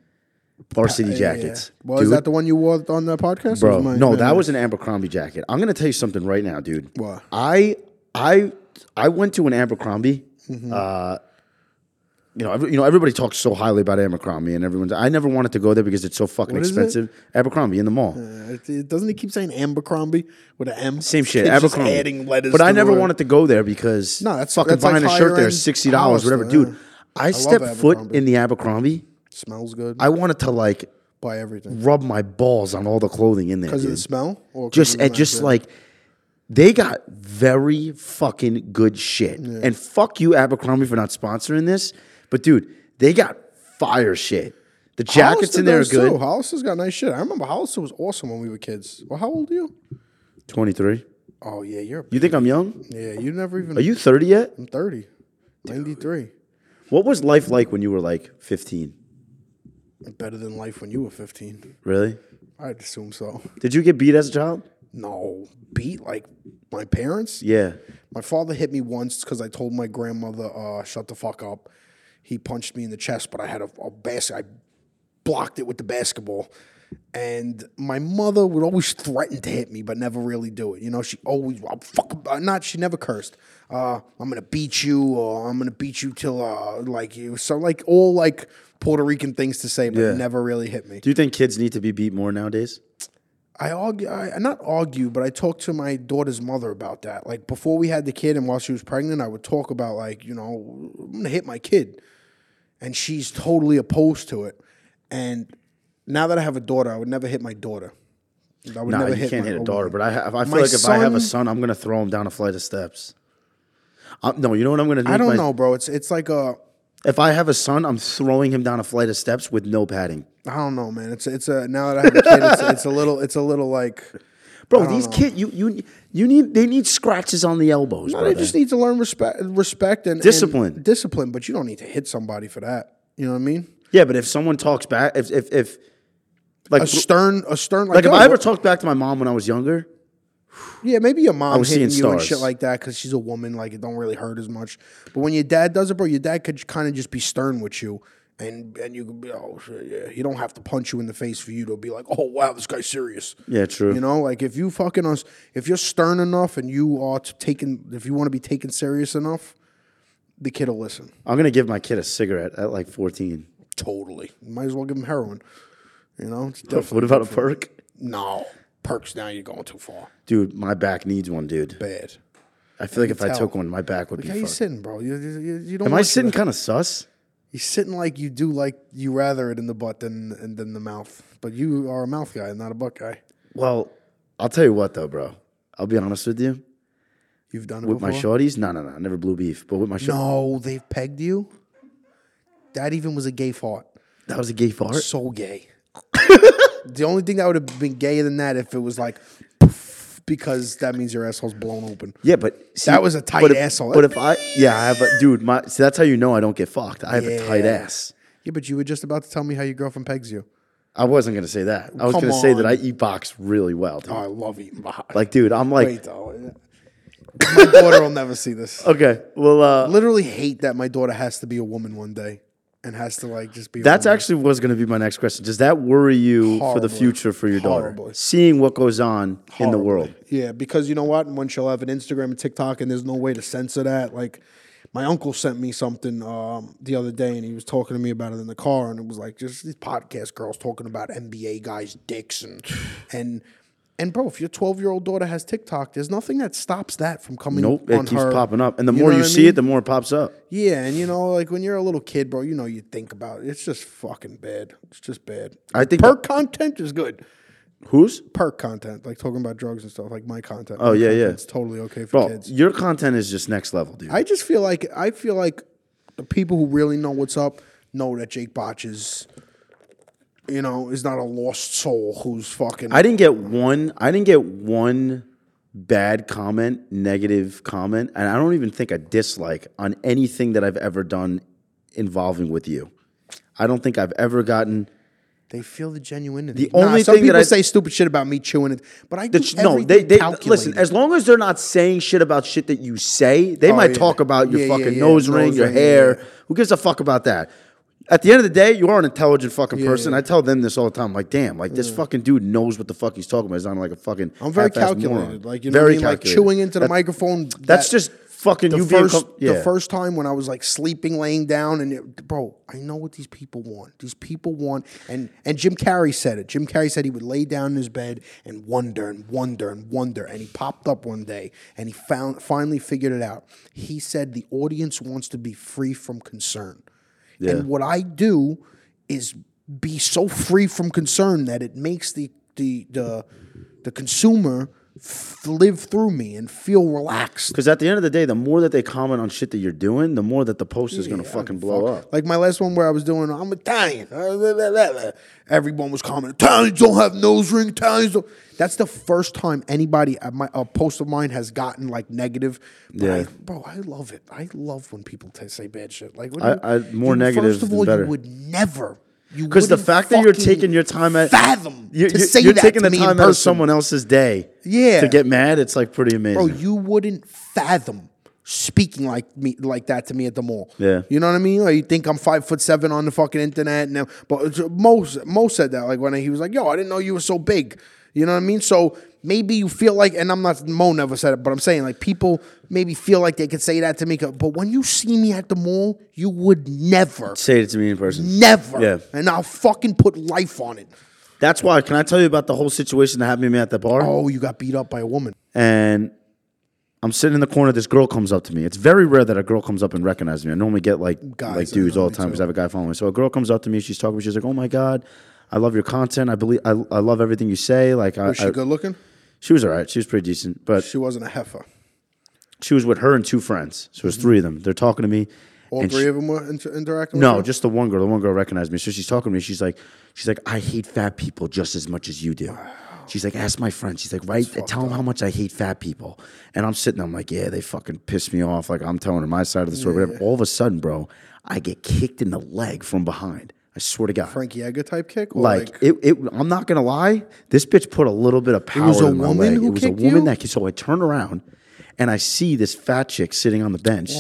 [SPEAKER 1] varsity jackets
[SPEAKER 2] Well, is
[SPEAKER 1] dude,
[SPEAKER 2] that the one you wore on the podcast? Or
[SPEAKER 1] bro
[SPEAKER 2] was mine-
[SPEAKER 1] no
[SPEAKER 2] yeah,
[SPEAKER 1] that
[SPEAKER 2] yeah.
[SPEAKER 1] was an abercrombie jacket i'm gonna tell you something right now dude
[SPEAKER 2] What?
[SPEAKER 1] i i i went to an abercrombie
[SPEAKER 2] Mm-hmm.
[SPEAKER 1] uh you know, every, you know, everybody talks so highly about Abercrombie, and everyone's. I never wanted to go there because it's so fucking
[SPEAKER 2] is it?
[SPEAKER 1] expensive. Abercrombie in the mall.
[SPEAKER 2] Uh, it- it- doesn't he keep saying Abercrombie with an M?
[SPEAKER 1] Same shit.
[SPEAKER 2] It's just
[SPEAKER 1] Abercrombie.
[SPEAKER 2] adding letters.
[SPEAKER 1] But
[SPEAKER 2] to
[SPEAKER 1] I
[SPEAKER 2] the
[SPEAKER 1] never
[SPEAKER 2] word.
[SPEAKER 1] wanted to go there because
[SPEAKER 2] No, that's-
[SPEAKER 1] fucking
[SPEAKER 2] that's like
[SPEAKER 1] buying a shirt there
[SPEAKER 2] higher-end
[SPEAKER 1] is sixty dollars, whatever,
[SPEAKER 2] Hollister,
[SPEAKER 1] dude.
[SPEAKER 2] yeah.
[SPEAKER 1] I, stepped foot
[SPEAKER 2] Abercrombie.
[SPEAKER 1] in the Abercrombie.
[SPEAKER 2] Smells good.
[SPEAKER 1] I wanted to like
[SPEAKER 2] buy everything
[SPEAKER 1] rub my balls on all the clothing in there,
[SPEAKER 2] because of the
[SPEAKER 1] dude.
[SPEAKER 2] smell. Or 'cause
[SPEAKER 1] Just
[SPEAKER 2] of the
[SPEAKER 1] and just
[SPEAKER 2] mattress?
[SPEAKER 1] like they got very fucking good shit. And fuck you, Abercrombie, for not sponsoring this. But dude, they got fire shit. The jackets
[SPEAKER 2] Hollister
[SPEAKER 1] in there are
[SPEAKER 2] does
[SPEAKER 1] good.
[SPEAKER 2] Too. Hollister's got nice shit. I remember Hollister was awesome when we were kids. Well, how old are you?
[SPEAKER 1] Twenty three.
[SPEAKER 2] Oh yeah, you're
[SPEAKER 1] You think I'm young?
[SPEAKER 2] yeah. You never even
[SPEAKER 1] Are you thirty yet?
[SPEAKER 2] I'm 30. 93.
[SPEAKER 1] What was life like when you were like fifteen?
[SPEAKER 2] Better than life when you were 15.
[SPEAKER 1] Really?
[SPEAKER 2] I'd assume so.
[SPEAKER 1] Did you get beat as a child?
[SPEAKER 2] No, beat like my parents.
[SPEAKER 1] Yeah.
[SPEAKER 2] My father hit me once because I told my grandmother, uh, shut the fuck up. He punched me in the chest, but I had a, a basket. I blocked it with the basketball. And my mother would always threaten to hit me, but never really do it. You know, she always, i fuck, uh, not, she never cursed. Uh, I'm gonna beat you, or I'm gonna beat you till, uh, like you. So, like, all like Puerto Rican things to say, but
[SPEAKER 1] Yeah.
[SPEAKER 2] never really hit me.
[SPEAKER 1] Do you think kids need to be beat more nowadays?
[SPEAKER 2] I argue, I, not argue, but I talked to my daughter's mother about that. Like before we had the kid, and while she was pregnant, I would talk about like, you know, I'm gonna hit my kid, and she's totally opposed to it. And now that I have a daughter, I would never hit my daughter. I would
[SPEAKER 1] Nah,
[SPEAKER 2] never
[SPEAKER 1] you
[SPEAKER 2] hit
[SPEAKER 1] can't
[SPEAKER 2] my
[SPEAKER 1] hit a
[SPEAKER 2] own-
[SPEAKER 1] daughter. But I, have, I feel
[SPEAKER 2] My
[SPEAKER 1] like if I have a
[SPEAKER 2] son-
[SPEAKER 1] son, I'm gonna throw him down a flight of steps. Uh, no, you know what I'm gonna do.
[SPEAKER 2] I
[SPEAKER 1] with
[SPEAKER 2] don't
[SPEAKER 1] my-
[SPEAKER 2] know, bro. It's it's like a
[SPEAKER 1] If I have a son, I'm throwing him down a flight of steps with no padding.
[SPEAKER 2] I don't know, man. It's it's a now that I have a kid, it's, it's a little it's a little like
[SPEAKER 1] <laughs> Bro, these kids, you you you need they need scratches on the elbows,
[SPEAKER 2] no,
[SPEAKER 1] brother.
[SPEAKER 2] they just need to learn respect respect and and
[SPEAKER 1] Discipline.
[SPEAKER 2] discipline. But you don't need to hit somebody for that. You know what I mean?
[SPEAKER 1] yeah, but if someone talks back, if if, if like
[SPEAKER 2] A stern, a stern,
[SPEAKER 1] like if
[SPEAKER 2] "Yo,
[SPEAKER 1] I ever
[SPEAKER 2] what-
[SPEAKER 1] talked back to my mom when I was younger,
[SPEAKER 2] Yeah, maybe your mom
[SPEAKER 1] was
[SPEAKER 2] hitting you
[SPEAKER 1] seeing
[SPEAKER 2] and
[SPEAKER 1] stars.
[SPEAKER 2] shit like that because she's a woman. Like it don't really hurt as much. But when your dad does it, bro, your dad could kind of just be stern with you, and and you could be oh shit, yeah. He don't have to punch you in the face for you to be like oh wow this guy's serious.
[SPEAKER 1] yeah, true.
[SPEAKER 2] You know, like if you fucking us, if you're stern enough and you are t- taken, if you want to be taken serious enough, the kid will listen.
[SPEAKER 1] I'm gonna give my kid a cigarette at like 14.
[SPEAKER 2] Totally, might as well give him heroin. You know,
[SPEAKER 1] <laughs>
[SPEAKER 2] it's
[SPEAKER 1] What
[SPEAKER 2] definitely
[SPEAKER 1] about a perk,
[SPEAKER 2] no perks. Now you're going too far.
[SPEAKER 1] dude? My back needs one, dude.
[SPEAKER 2] Bad.
[SPEAKER 1] I feel like if I
[SPEAKER 2] tell.
[SPEAKER 1] took one, my back would be.
[SPEAKER 2] How you
[SPEAKER 1] fucked.
[SPEAKER 2] sitting, bro? You, you, you- you don't
[SPEAKER 1] Am I
[SPEAKER 2] want to-
[SPEAKER 1] sitting kind of sus?
[SPEAKER 2] He's sitting like you do, like you rather it in the butt than and than the mouth. But you are a mouth guy, not a butt guy.
[SPEAKER 1] Well, I'll tell you what though, bro. I'll be honest with you.
[SPEAKER 2] You've done it
[SPEAKER 1] With
[SPEAKER 2] before.
[SPEAKER 1] my shorties, no, no, no, I never blew beef. But with my shorties,
[SPEAKER 2] no, they've pegged you. That even was a gay fart.
[SPEAKER 1] that was a gay fart.
[SPEAKER 2] So gay. <laughs> the only thing that would have been gayer than that if it was like, because that means your asshole's blown open.
[SPEAKER 1] Yeah, but see,
[SPEAKER 2] That was a tight
[SPEAKER 1] but if,
[SPEAKER 2] asshole.
[SPEAKER 1] But if I, yeah, I have a dude. My see, that's how you know I don't get fucked. I have a tight
[SPEAKER 2] Yeah.
[SPEAKER 1] ass.
[SPEAKER 2] Yeah, but you were just about to tell me how your girlfriend pegs you.
[SPEAKER 1] I wasn't gonna say that. I was
[SPEAKER 2] Come
[SPEAKER 1] gonna say that
[SPEAKER 2] on.
[SPEAKER 1] I eat box really well. Dude.
[SPEAKER 2] Oh, I love eating behind.
[SPEAKER 1] Like, dude, I'm like,
[SPEAKER 2] <laughs> Wait though, my daughter will never see this.
[SPEAKER 1] okay, well, uh,
[SPEAKER 2] literally hate that my daughter has to be a woman one day and has to like just be. A
[SPEAKER 1] that's
[SPEAKER 2] woman.
[SPEAKER 1] actually was gonna be my next question. Does that worry you for the
[SPEAKER 2] Horribly.
[SPEAKER 1] future for your daughter?
[SPEAKER 2] Horribly.
[SPEAKER 1] Seeing what goes on in the world.
[SPEAKER 2] yeah, because you know what? Once she'll have an Instagram and TikTok, and there's no way to censor that. Like, my uncle sent me something um, the other day, and he was talking to me about it in the car, and it was like just these podcast girls talking about NBA guys' dicks and and. And bro, if your twelve-year-old daughter has TikTok, there's nothing that stops that from coming.
[SPEAKER 1] Nope,
[SPEAKER 2] on
[SPEAKER 1] it keeps
[SPEAKER 2] her.
[SPEAKER 1] popping up, and the
[SPEAKER 2] You
[SPEAKER 1] more
[SPEAKER 2] know
[SPEAKER 1] you
[SPEAKER 2] what I
[SPEAKER 1] see
[SPEAKER 2] mean?
[SPEAKER 1] it, the more it pops up.
[SPEAKER 2] Yeah, and you know, like when you're a little kid, bro, you know you think about it. It's just fucking bad. It's just bad.
[SPEAKER 1] I think
[SPEAKER 2] perk content is good.
[SPEAKER 1] Who's?
[SPEAKER 2] Perk content, like talking about drugs and stuff, like my content.
[SPEAKER 1] Oh,
[SPEAKER 2] My
[SPEAKER 1] yeah, yeah.
[SPEAKER 2] content's totally okay for
[SPEAKER 1] Bro,
[SPEAKER 2] kids.
[SPEAKER 1] your content is just next level, dude.
[SPEAKER 2] I just feel like I feel like the people who really know what's up know that Jake Botch is, you know, is not a lost soul who's fucking.
[SPEAKER 1] I didn't get one. I didn't get one bad comment, negative comment, and I don't even think a dislike on anything that I've ever done involving with you. I don't think I've ever gotten.
[SPEAKER 2] they feel the genuineness.
[SPEAKER 1] The
[SPEAKER 2] Nah,
[SPEAKER 1] only
[SPEAKER 2] some
[SPEAKER 1] thing that
[SPEAKER 2] people
[SPEAKER 1] I-
[SPEAKER 2] say stupid shit about me chewing it, but I do
[SPEAKER 1] No, they they listen.
[SPEAKER 2] calculated.
[SPEAKER 1] As long as they're not saying shit about shit that you say, they might
[SPEAKER 2] Oh, yeah.
[SPEAKER 1] talk about your
[SPEAKER 2] Yeah, yeah,
[SPEAKER 1] fucking
[SPEAKER 2] yeah.
[SPEAKER 1] nose ring,
[SPEAKER 2] Nose
[SPEAKER 1] your
[SPEAKER 2] ring,
[SPEAKER 1] hair.
[SPEAKER 2] yeah.
[SPEAKER 1] Who gives a fuck about that? At the end of the day, you are an intelligent fucking person. I tell them this all the time. Like, damn, like this fucking dude knows what the fuck he's talking about. He's not like a fucking.
[SPEAKER 2] I'm very
[SPEAKER 1] half-assed
[SPEAKER 2] calculated.
[SPEAKER 1] moron.
[SPEAKER 2] Like you know, what I mean? like
[SPEAKER 1] calculated.
[SPEAKER 2] chewing into the microphone.
[SPEAKER 1] That's
[SPEAKER 2] that-
[SPEAKER 1] just fucking
[SPEAKER 2] the
[SPEAKER 1] you being
[SPEAKER 2] first
[SPEAKER 1] com- yeah.
[SPEAKER 2] the first time when I was like sleeping, laying down, and it, bro, I know what these people want. These people want, and and Jim Carrey said it. Jim Carrey said he would lay down in his bed and wonder and wonder and wonder, and he popped up one day and he found finally figured it out. He said the audience wants to be free from concern,
[SPEAKER 1] Yeah.
[SPEAKER 2] and what I do is be so free from concern that it makes the the the the consumer f- live through me and feel relaxed
[SPEAKER 1] Because at the end of the day, the more that they comment on shit that you're doing, the more that the post is gonna fucking blow up.
[SPEAKER 2] Like my last one where I was doing, I'm Italian. Everyone was commenting, Italians don't have nose ring. Italians don't. That's the first time anybody, uh, my, a post of mine has gotten like negative. But I-
[SPEAKER 1] Yeah.
[SPEAKER 2] bro, I love it. I love when people t- say bad shit. Like, what
[SPEAKER 1] I-
[SPEAKER 2] do
[SPEAKER 1] I- more negative
[SPEAKER 2] First of
[SPEAKER 1] than
[SPEAKER 2] all,
[SPEAKER 1] better.
[SPEAKER 2] you would never.
[SPEAKER 1] Because the fact that you're taking your time at
[SPEAKER 2] fathom
[SPEAKER 1] you-
[SPEAKER 2] to
[SPEAKER 1] you-
[SPEAKER 2] say
[SPEAKER 1] you're
[SPEAKER 2] that
[SPEAKER 1] taking
[SPEAKER 2] to
[SPEAKER 1] the
[SPEAKER 2] me in
[SPEAKER 1] time out
[SPEAKER 2] person.
[SPEAKER 1] of someone else's day,
[SPEAKER 2] Yeah.
[SPEAKER 1] to get mad, it's like pretty amazing.
[SPEAKER 2] Bro, you wouldn't fathom speaking like me like that to me at the mall.
[SPEAKER 1] Yeah.
[SPEAKER 2] You know what I mean? Like you think I'm five foot seven on the fucking internet now. But it's- Mo Mo said that like when he was like, "Yo, I didn't know you were so big." You know what I mean? So maybe you feel like, and I'm not Mo never said it, but I'm saying like people maybe feel like they could say that to me. 'cause- But when you see me at the mall, you would never,
[SPEAKER 1] Say it to me in person.
[SPEAKER 2] never,
[SPEAKER 1] Yeah.
[SPEAKER 2] and I'll fucking put life on it.
[SPEAKER 1] That's why. Can I tell you about the whole situation that happened to me at the bar?
[SPEAKER 2] Oh, you got beat up by a woman.
[SPEAKER 1] and I'm sitting in the corner. This girl comes up to me. It's very rare that a girl comes up and recognizes me. I normally get like
[SPEAKER 2] Guys,
[SPEAKER 1] like dudes
[SPEAKER 2] I know,
[SPEAKER 1] all
[SPEAKER 2] me
[SPEAKER 1] the time because
[SPEAKER 2] too.
[SPEAKER 1] I have a guy following me. So a girl comes up to me. She's talking. She's like, "Oh my god, I love your content. I believe I, I love everything you say." Like, I,
[SPEAKER 2] Was she
[SPEAKER 1] I-
[SPEAKER 2] good looking?
[SPEAKER 1] she was all right. She was pretty decent, but
[SPEAKER 2] She wasn't a heifer.
[SPEAKER 1] she was with her and two friends. So it was three of them. They're talking to me.
[SPEAKER 2] All
[SPEAKER 1] and
[SPEAKER 2] three
[SPEAKER 1] she-
[SPEAKER 2] of them were inter- interacting.
[SPEAKER 1] no,
[SPEAKER 2] with
[SPEAKER 1] just the one girl. The one girl recognized me. So she's talking to me. She's like, she's like, I hate fat people just as much as you do. She's like, ask my friend. She's like, right, tell them how much I hate fat people. And I'm sitting, there, I'm like, yeah, they fucking piss me off. Like I'm telling her my side of the story, whatever. All of a sudden, bro, I get kicked in the leg from behind. I swear to God.
[SPEAKER 2] Frankie Edgar type kick. Or
[SPEAKER 1] like, it, it, I'm not gonna lie. This bitch put a little bit of power.
[SPEAKER 2] was a
[SPEAKER 1] in my
[SPEAKER 2] woman
[SPEAKER 1] leg.
[SPEAKER 2] who
[SPEAKER 1] It was a
[SPEAKER 2] kicked
[SPEAKER 1] woman
[SPEAKER 2] you?
[SPEAKER 1] that. So I turn around, and I see this fat chick sitting on the bench.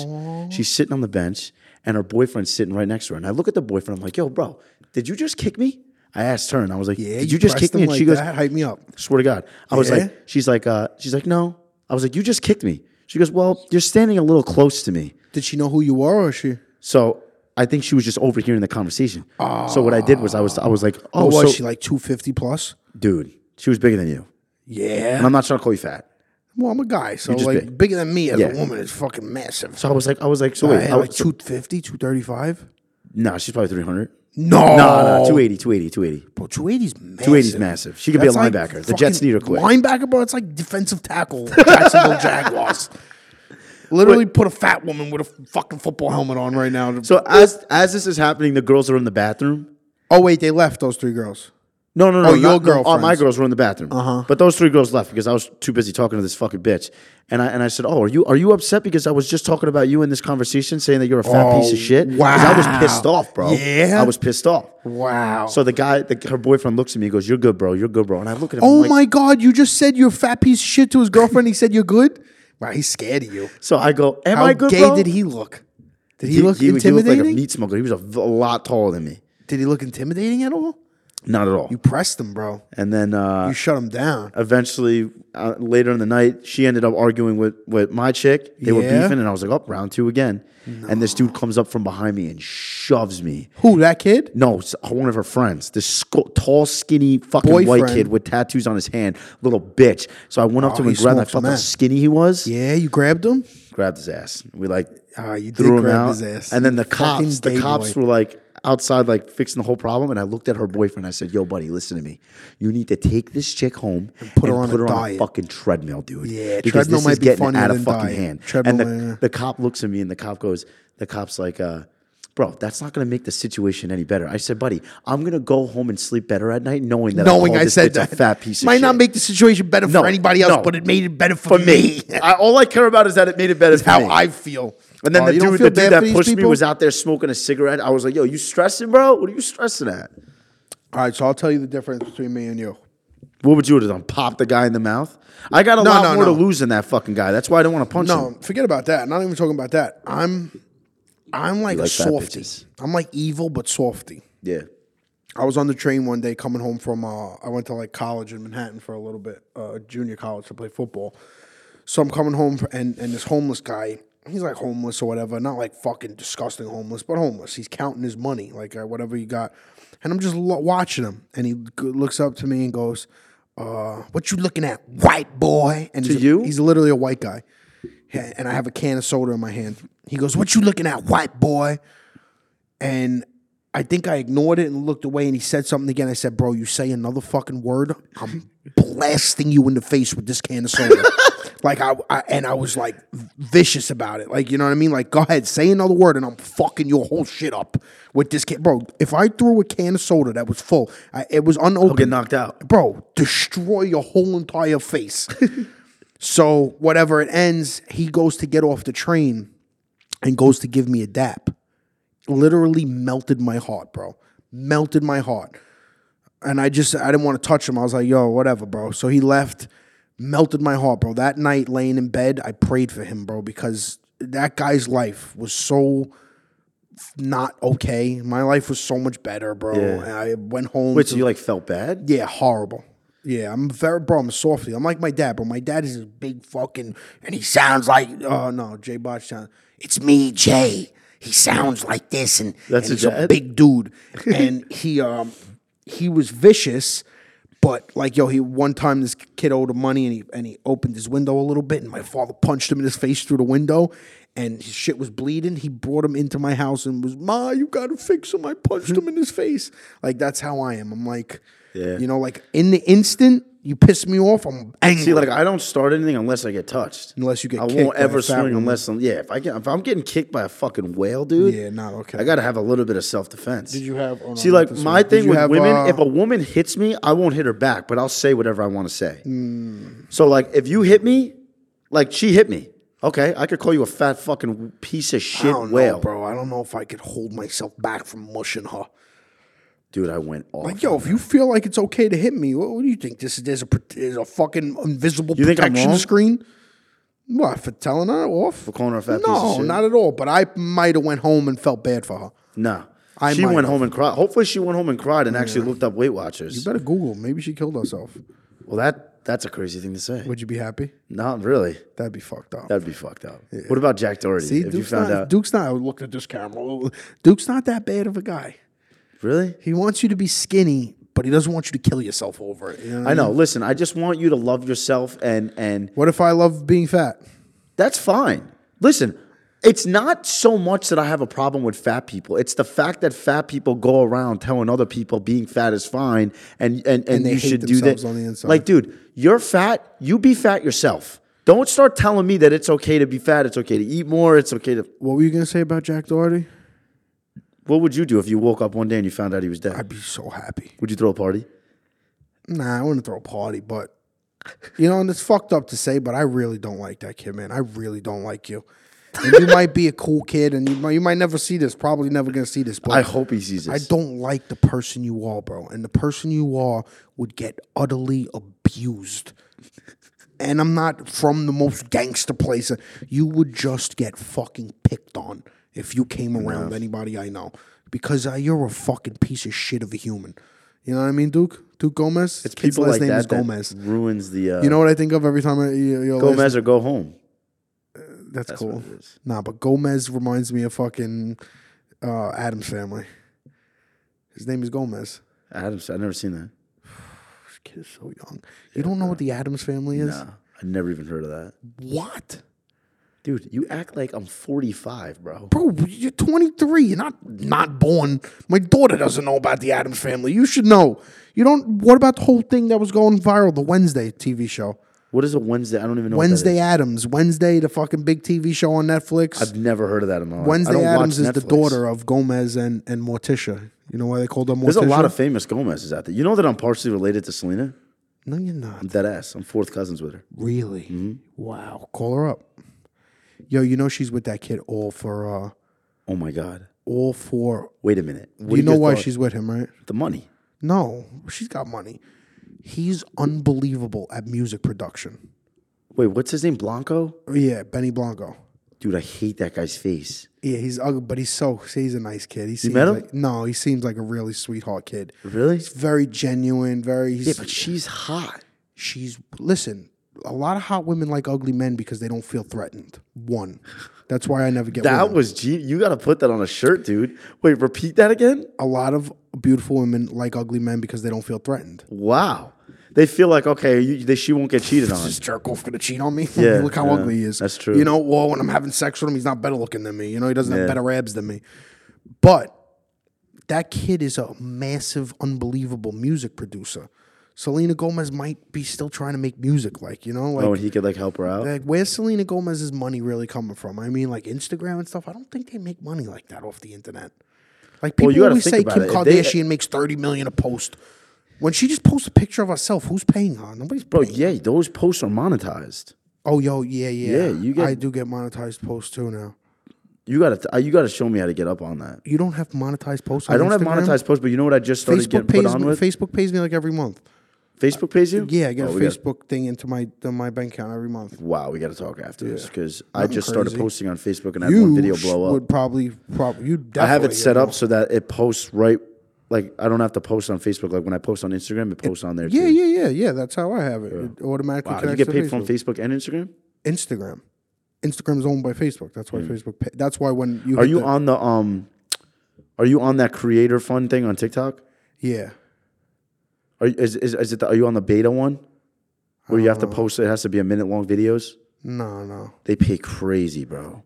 [SPEAKER 1] She's sitting on the bench, and her boyfriend's sitting right next to her. And I look at the boyfriend. I'm like, "Yo, bro, did you just kick me?" I asked her, and I was like,
[SPEAKER 2] Yeah,
[SPEAKER 1] "Did you, just
[SPEAKER 2] pressed
[SPEAKER 1] kick me?"
[SPEAKER 2] him
[SPEAKER 1] And
[SPEAKER 2] like
[SPEAKER 1] she goes,
[SPEAKER 2] that, hype me up.
[SPEAKER 1] Swear to God. I was
[SPEAKER 2] Yeah?
[SPEAKER 1] like, she's like, uh, she's like, no. I was like, you just kicked me. She goes, well, you're standing a little close to me.
[SPEAKER 2] Did she know who you were, or she?
[SPEAKER 1] So I think she was just overhearing the conversation. So what I did was I was I was like, oh,
[SPEAKER 2] Or was
[SPEAKER 1] so-
[SPEAKER 2] she like two fifty plus?
[SPEAKER 1] dude, she was bigger than you.
[SPEAKER 2] Yeah.
[SPEAKER 1] And I'm not trying to call you fat.
[SPEAKER 2] Well, I'm a guy, so
[SPEAKER 1] just
[SPEAKER 2] like
[SPEAKER 1] big.
[SPEAKER 2] bigger than me as
[SPEAKER 1] Yeah.
[SPEAKER 2] a woman is fucking massive.
[SPEAKER 1] So I was like, I was like, so
[SPEAKER 2] I
[SPEAKER 1] wait,
[SPEAKER 2] had
[SPEAKER 1] I
[SPEAKER 2] like
[SPEAKER 1] was,
[SPEAKER 2] 250, 235?
[SPEAKER 1] no, she's probably 300.
[SPEAKER 2] No,
[SPEAKER 1] No, no, 280, 280, 280.
[SPEAKER 2] Bro, 280 is massive.
[SPEAKER 1] 280 is massive. She could be a
[SPEAKER 2] That's like
[SPEAKER 1] linebacker. the Jets
[SPEAKER 2] fucking
[SPEAKER 1] need her quick.
[SPEAKER 2] Linebacker, bro, it's like defensive
[SPEAKER 1] <laughs>
[SPEAKER 2] tackle. Jacksonville Jaguars. Literally put a fat woman with a fucking football helmet on right now.
[SPEAKER 1] so as as this is happening, the girls are in the bathroom.
[SPEAKER 2] oh wait, they left those three girls.
[SPEAKER 1] No, no, no.
[SPEAKER 2] Oh, your
[SPEAKER 1] not- no, all my
[SPEAKER 2] girlfriends.
[SPEAKER 1] girls were in the bathroom. Uh-huh. But those three girls left because I was too busy talking to this fucking bitch. And I and I said, "Oh, are you are you upset because I was just talking about you in this conversation, saying that you're a fat piece of shit?" 'Cause I was
[SPEAKER 2] Oh, wow.
[SPEAKER 1] pissed off, bro.
[SPEAKER 2] Yeah?
[SPEAKER 1] I was pissed off.
[SPEAKER 2] Wow.
[SPEAKER 1] So the guy, the, her boyfriend, looks at me. He goes, "You're good, bro. You're good, bro." And I look at him.
[SPEAKER 2] oh
[SPEAKER 1] I'm like,
[SPEAKER 2] my god, you just said you're a fat piece of shit to his girlfriend. he said you're good. Wow, he's scared of you.
[SPEAKER 1] So I go, "Am
[SPEAKER 2] How
[SPEAKER 1] I good,
[SPEAKER 2] gay
[SPEAKER 1] bro?"
[SPEAKER 2] did he look? Did he,
[SPEAKER 1] He-
[SPEAKER 2] look
[SPEAKER 1] he- he looked
[SPEAKER 2] intimidating?
[SPEAKER 1] like a meat smoker. He was a, v- a lot taller than me.
[SPEAKER 2] Did he look intimidating at all?
[SPEAKER 1] Not at all.
[SPEAKER 2] You pressed him, bro.
[SPEAKER 1] And then uh,
[SPEAKER 2] You shut him down.
[SPEAKER 1] eventually uh, later in the night she ended up arguing with with my chick they were
[SPEAKER 2] Yeah.
[SPEAKER 1] beefing and i was like oh round two again and this dude comes up from behind me and shoves me
[SPEAKER 2] Who, that kid?
[SPEAKER 1] no it's one of her friends this sco- tall skinny fucking white
[SPEAKER 2] Boyfriend.
[SPEAKER 1] kid with tattoos on his hand little bitch so i went up to him
[SPEAKER 2] he
[SPEAKER 1] and grabbed him. i
[SPEAKER 2] smoked some
[SPEAKER 1] felt how
[SPEAKER 2] meth.
[SPEAKER 1] skinny he was
[SPEAKER 2] Yeah, you grabbed him?
[SPEAKER 1] grabbed his ass we like
[SPEAKER 2] Ah, you did
[SPEAKER 1] threw him
[SPEAKER 2] grab
[SPEAKER 1] out
[SPEAKER 2] his ass.
[SPEAKER 1] and then the
[SPEAKER 2] You fucking
[SPEAKER 1] cops the
[SPEAKER 2] gay
[SPEAKER 1] cops
[SPEAKER 2] boy.
[SPEAKER 1] were like outside like fixing the whole problem and i looked at her boyfriend i said yo buddy listen to me you need to take this chick home and
[SPEAKER 2] put her on a diet."
[SPEAKER 1] fucking treadmill, dude.
[SPEAKER 2] Yeah,
[SPEAKER 1] because
[SPEAKER 2] treadmill
[SPEAKER 1] this
[SPEAKER 2] might
[SPEAKER 1] is
[SPEAKER 2] be
[SPEAKER 1] getting
[SPEAKER 2] funnier
[SPEAKER 1] out of
[SPEAKER 2] than
[SPEAKER 1] fucking
[SPEAKER 2] diet.
[SPEAKER 1] hand. and
[SPEAKER 2] Treadmill
[SPEAKER 1] the,
[SPEAKER 2] might-
[SPEAKER 1] the cop looks at me, and the cop goes, the cop's like, uh, "Bro, that's not gonna make the situation any better." I said, "Buddy, I'm gonna go home and sleep better at night, knowing that I,
[SPEAKER 2] Knowing
[SPEAKER 1] called
[SPEAKER 2] I
[SPEAKER 1] this
[SPEAKER 2] said
[SPEAKER 1] bitch
[SPEAKER 2] that.
[SPEAKER 1] a fat piece of
[SPEAKER 2] Might
[SPEAKER 1] shit.
[SPEAKER 2] not make the situation better
[SPEAKER 1] No,
[SPEAKER 2] for anybody else,
[SPEAKER 1] no.
[SPEAKER 2] but it made it better
[SPEAKER 1] for
[SPEAKER 2] for, <laughs> me.
[SPEAKER 1] me. I, all I care about is that it made it better. for
[SPEAKER 2] How
[SPEAKER 1] me.
[SPEAKER 2] I feel.
[SPEAKER 1] And then
[SPEAKER 2] Oh,
[SPEAKER 1] the
[SPEAKER 2] you don't
[SPEAKER 1] dude,
[SPEAKER 2] feel
[SPEAKER 1] the dude
[SPEAKER 2] bad
[SPEAKER 1] that
[SPEAKER 2] for these
[SPEAKER 1] pushed me
[SPEAKER 2] people?
[SPEAKER 1] was out there smoking a cigarette. I was like, "Yo, you stressing, bro? What are you stressing at?"
[SPEAKER 2] All right, so I'll tell you the difference between me and you.
[SPEAKER 1] What would you have done? Pop the guy in the mouth? I got a
[SPEAKER 2] No,
[SPEAKER 1] lot
[SPEAKER 2] no,
[SPEAKER 1] more
[SPEAKER 2] no.
[SPEAKER 1] to lose than that fucking guy. That's why I don't want to punch him.
[SPEAKER 2] No, forget about that. Not even talking about that. I'm I'm like,
[SPEAKER 1] like
[SPEAKER 2] a
[SPEAKER 1] fat
[SPEAKER 2] softy.
[SPEAKER 1] bitches.
[SPEAKER 2] I'm like evil but softy.
[SPEAKER 1] Yeah.
[SPEAKER 2] I was on the train one day coming home from uh, I went to like college in Manhattan for a little bit, uh, junior college to play football. So I'm coming home fr- and and this homeless guy, he's like homeless or whatever, not like fucking disgusting homeless, but homeless. He's counting his money, like uh, whatever he got, and I'm just lo- watching him, and he g- looks up to me and goes, uh, "What you looking at, white boy?" And to he's a-
[SPEAKER 1] you?
[SPEAKER 2] he's literally a white guy, Yeah, and I have a can of soda in my hand. He goes, "What you looking at, white boy?" and I think I ignored it and looked away, and he said something again. I said, "Bro, you say another fucking word, I'm blasting you in the face with this can of soda." like I, I and I was like vicious about it. Like you know what I mean? Like go ahead, say another word, and I'm fucking your whole shit up with this can, bro. If I threw a can of soda that was full, I, it was unopened
[SPEAKER 1] Get knocked out.
[SPEAKER 2] bro, destroy your whole
[SPEAKER 1] <laughs>
[SPEAKER 2] entire face. so whatever it ends, he goes to get off the train and goes to give me a dap. Literally melted my heart, bro. Melted my heart. And I just I didn't want to touch him. I was like, yo, whatever, bro. So he left, melted my heart, bro. That night laying in bed, I prayed for him, bro, because that guy's life was so not okay. My life was so much better, bro.
[SPEAKER 1] Yeah.
[SPEAKER 2] And I went home.
[SPEAKER 1] Which
[SPEAKER 2] to-
[SPEAKER 1] you like felt bad?
[SPEAKER 2] yeah, horrible. Yeah, I'm very bro. I'm softy. I'm like my dad, but my dad is a big fucking, and he sounds like oh no, Jay Botch sound. It's me, Jay. He sounds like this, and
[SPEAKER 1] That's
[SPEAKER 2] and
[SPEAKER 1] your
[SPEAKER 2] he's a
[SPEAKER 1] dad? <laughs>
[SPEAKER 2] big dude, and he um he was vicious, but like yo, he one time this kid owed him money, and he and he opened his window a little bit, and my father punched him in his face through the window. And his shit was bleeding. He brought him into my house and was, Ma, you gotta fix him. I punched him in his face. Like, that's how I am. I'm like,
[SPEAKER 1] Yeah.
[SPEAKER 2] you know, like in the instant you piss me off, I'm angry.
[SPEAKER 1] See, like I don't start anything unless I get touched.
[SPEAKER 2] Unless you get
[SPEAKER 1] I
[SPEAKER 2] kicked
[SPEAKER 1] won't
[SPEAKER 2] by a
[SPEAKER 1] ever
[SPEAKER 2] fat
[SPEAKER 1] swing
[SPEAKER 2] woman.
[SPEAKER 1] unless I'm, yeah. If I get, if I'm getting kicked by a fucking whale, dude.
[SPEAKER 2] yeah, not okay.
[SPEAKER 1] I gotta have a little bit of self defense. Did
[SPEAKER 2] you have- oh, no,
[SPEAKER 1] See,
[SPEAKER 2] not
[SPEAKER 1] like
[SPEAKER 2] this
[SPEAKER 1] my
[SPEAKER 2] one. Did
[SPEAKER 1] thing
[SPEAKER 2] you
[SPEAKER 1] with
[SPEAKER 2] have,
[SPEAKER 1] women,
[SPEAKER 2] uh,
[SPEAKER 1] if a woman hits me, I won't hit her back, but I'll say whatever I want to say.
[SPEAKER 2] Hmm.
[SPEAKER 1] So, like, if you hit me, like she hit me, okay, I could call you a fat fucking piece of
[SPEAKER 2] I
[SPEAKER 1] shit
[SPEAKER 2] don't
[SPEAKER 1] whale,
[SPEAKER 2] know, bro. I don't know if I could hold myself back from mushing her.
[SPEAKER 1] dude. I went off.
[SPEAKER 2] Like, yo, if you feel like it's okay to hit me, what, what do you think? This is there's a pr- there's a fucking invisible
[SPEAKER 1] think I'm
[SPEAKER 2] protection
[SPEAKER 1] wrong?
[SPEAKER 2] screen. What for telling her off? For
[SPEAKER 1] calling her a fat piece
[SPEAKER 2] No,
[SPEAKER 1] of shit?
[SPEAKER 2] not at all. But I might have went home and felt bad for her.
[SPEAKER 1] no,
[SPEAKER 2] I
[SPEAKER 1] she
[SPEAKER 2] might
[SPEAKER 1] went
[SPEAKER 2] have.
[SPEAKER 1] home and cried. Hopefully, she went home and cried and actually looked up Weight Watchers.
[SPEAKER 2] Better Google. Maybe she killed herself.
[SPEAKER 1] Well, that that's a crazy thing to say.
[SPEAKER 2] Would you be happy?
[SPEAKER 1] Not really.
[SPEAKER 2] That'd be fucked up.
[SPEAKER 1] That'd be fucked up. What about Jack Doherty?
[SPEAKER 2] See,
[SPEAKER 1] if you
[SPEAKER 2] Duke's
[SPEAKER 1] found
[SPEAKER 2] not,
[SPEAKER 1] out,
[SPEAKER 2] Duke's not. I looked at this camera. Duke's not that bad of a guy.
[SPEAKER 1] really?
[SPEAKER 2] He wants you to be skinny, but he doesn't want you to kill yourself over it. you know what I
[SPEAKER 1] I
[SPEAKER 2] mean?
[SPEAKER 1] know. Listen, I just want you to love yourself, and and
[SPEAKER 2] What if I love being fat?
[SPEAKER 1] that's fine. Listen, it's not so much that I have a problem with fat people. It's the fact that fat people go around telling other people being fat is fine, and and and,
[SPEAKER 2] they
[SPEAKER 1] you
[SPEAKER 2] hate
[SPEAKER 1] should do that.
[SPEAKER 2] themselves on the inside.
[SPEAKER 1] Like, dude, you're fat. You be fat yourself. Don't start telling me that it's okay to be fat. It's okay to eat more. It's okay to.
[SPEAKER 2] What were you gonna say about Jack Doherty?
[SPEAKER 1] What would you do if you woke up one day and you found out he was dead?
[SPEAKER 2] I'd be so happy.
[SPEAKER 1] would you throw a party?
[SPEAKER 2] Nah, I wouldn't throw a party, but you know, and it's fucked up to say, but I really don't like that kid, man. I really don't like you. And you might be a cool kid, and you might, you might never see this. Probably never gonna see this, but
[SPEAKER 1] I hope he sees
[SPEAKER 2] I
[SPEAKER 1] this.
[SPEAKER 2] don't like the person you are, bro. And the person you are would get utterly abused. And I'm not from the most gangster place. You would just get fucking picked on if you came around anybody I know because uh, you're a fucking piece of shit of a human. You know what I mean, Duke? Duke Gomez. It's
[SPEAKER 1] People like
[SPEAKER 2] name
[SPEAKER 1] that,
[SPEAKER 2] is
[SPEAKER 1] that
[SPEAKER 2] Gomez.
[SPEAKER 1] ruins the. Uh,
[SPEAKER 2] you know what I think of every time I you, you
[SPEAKER 1] Gomez or go home.
[SPEAKER 2] That's, cool.
[SPEAKER 1] what it is.
[SPEAKER 2] Nah, but Gomez reminds me of fucking uh, Adam's family. His name is Gomez.
[SPEAKER 1] Adams, I've never seen that.
[SPEAKER 2] This kid is so young. You don't know what the Adams family is?
[SPEAKER 1] Nah, I never even heard of that.
[SPEAKER 2] What?
[SPEAKER 1] Dude, you act like I'm 45, bro.
[SPEAKER 2] Bro, you're 23. You're not not born. My daughter doesn't know about the Adams family. You should know. You don't what about the whole thing that was going viral, the Wednesday TV show?
[SPEAKER 1] What is a Wednesday? I don't even know. what that
[SPEAKER 2] Wednesday
[SPEAKER 1] is.
[SPEAKER 2] Adams. Wednesday, the fucking big TV show on Netflix.
[SPEAKER 1] I've never heard of that in my life. I
[SPEAKER 2] Wednesday
[SPEAKER 1] don't watch
[SPEAKER 2] Adams is the
[SPEAKER 1] Netflix.
[SPEAKER 2] daughter of Gomez and, and Morticia. You know why they called her Morticia?
[SPEAKER 1] There's a lot of famous Gomez's out there. You know that I'm partially related to Selena?
[SPEAKER 2] No, you're not.
[SPEAKER 1] Dead ass. I'm fourth cousins with her.
[SPEAKER 2] Really? Wow. Call her up. Yo, you know she's with that kid all for uh
[SPEAKER 1] Oh my God.
[SPEAKER 2] all for
[SPEAKER 1] Wait a minute. What
[SPEAKER 2] you
[SPEAKER 1] do
[SPEAKER 2] know
[SPEAKER 1] just
[SPEAKER 2] why
[SPEAKER 1] thought?
[SPEAKER 2] she's with him, right?
[SPEAKER 1] The money.
[SPEAKER 2] No, she's got money. He's unbelievable at music production.
[SPEAKER 1] Wait, what's his name? Blanco?
[SPEAKER 2] Oh, Yeah, Benny Blanco.
[SPEAKER 1] Dude, I hate that guy's face.
[SPEAKER 2] Yeah, he's ugly, but he's so he's a nice kid. He seems
[SPEAKER 1] met him?
[SPEAKER 2] like no, he seems like a really sweetheart kid.
[SPEAKER 1] Really?
[SPEAKER 2] He's very genuine, very he's,
[SPEAKER 1] Yeah, but she's hot.
[SPEAKER 2] she's listen, a lot of hot women like ugly men because they don't feel threatened. One. That's why I never get
[SPEAKER 1] That
[SPEAKER 2] women.
[SPEAKER 1] was G. You got to put that on a shirt, dude. Wait, repeat that again?
[SPEAKER 2] a lot of beautiful women like ugly men because they don't feel threatened.
[SPEAKER 1] Wow. They feel like, okay, you, they, she won't get cheated
[SPEAKER 2] <laughs>
[SPEAKER 1] on.
[SPEAKER 2] This jerk off gonna cheat on me. <laughs>
[SPEAKER 1] Yeah,
[SPEAKER 2] look how
[SPEAKER 1] yeah,
[SPEAKER 2] ugly he is.
[SPEAKER 1] that's true.
[SPEAKER 2] You know, well, when I'm having sex with him, he's not better looking than me. You know, he doesn't have better abs than me. But that kid is a massive, unbelievable music producer. Selena Gomez might be still trying to make music, like you know, like
[SPEAKER 1] Oh, and he could like help her out.
[SPEAKER 2] like where's Selena Gomez's money really coming from? I mean, like Instagram and stuff. I don't think they make money like that off the internet. Like people
[SPEAKER 1] you gotta
[SPEAKER 2] always
[SPEAKER 1] think
[SPEAKER 2] say
[SPEAKER 1] about
[SPEAKER 2] Kim
[SPEAKER 1] it. If they-
[SPEAKER 2] Kardashian makes thirty million a post. When she just posts a picture of herself, who's paying her? Nobody's.
[SPEAKER 1] Bro, yeah, those posts are monetized.
[SPEAKER 2] Oh, yo, yeah, yeah.
[SPEAKER 1] Yeah, you get-
[SPEAKER 2] I do get monetized posts too now.
[SPEAKER 1] You gotta, th- you gotta show me how to get up on that.
[SPEAKER 2] You don't have monetized posts. On
[SPEAKER 1] I don't have
[SPEAKER 2] Instagram?
[SPEAKER 1] monetized posts, but you know what I just started
[SPEAKER 2] Facebook
[SPEAKER 1] getting
[SPEAKER 2] pays
[SPEAKER 1] put on
[SPEAKER 2] me,
[SPEAKER 1] with?
[SPEAKER 2] Facebook pays me like every month.
[SPEAKER 1] Facebook pays you?
[SPEAKER 2] Yeah, I get
[SPEAKER 1] Oh,
[SPEAKER 2] a
[SPEAKER 1] we gotta-
[SPEAKER 2] Facebook thing into my to my bank account every month.
[SPEAKER 1] wow, we got to talk after this because I
[SPEAKER 2] Nothing
[SPEAKER 1] just started
[SPEAKER 2] crazy.
[SPEAKER 1] posting on Facebook and I had
[SPEAKER 2] You
[SPEAKER 1] one video
[SPEAKER 2] sh-
[SPEAKER 1] blow up.
[SPEAKER 2] would probably probably you.
[SPEAKER 1] I have it
[SPEAKER 2] definitely
[SPEAKER 1] set
[SPEAKER 2] would.
[SPEAKER 1] up so that it posts right. Like I don't have to post on Facebook. Like when I post on Instagram, it posts on there.
[SPEAKER 2] Yeah,
[SPEAKER 1] too.
[SPEAKER 2] yeah, yeah, yeah. That's how I have it. It automatically
[SPEAKER 1] Wow, you
[SPEAKER 2] connects
[SPEAKER 1] get
[SPEAKER 2] to
[SPEAKER 1] paid
[SPEAKER 2] Facebook.
[SPEAKER 1] from Facebook and Instagram.
[SPEAKER 2] Instagram. Instagram is owned by Facebook. That's why Facebook. Pay, that's why when you
[SPEAKER 1] Hmm. Are
[SPEAKER 2] hit
[SPEAKER 1] you
[SPEAKER 2] the-
[SPEAKER 1] on the um? Are you on that creator fund thing on TikTok?
[SPEAKER 2] Yeah,
[SPEAKER 1] Are you, is, is is it? The, are you on the beta one? Where you have
[SPEAKER 2] Uh.
[SPEAKER 1] to post. It has to be a minute long videos.
[SPEAKER 2] no, no.
[SPEAKER 1] They pay crazy, bro.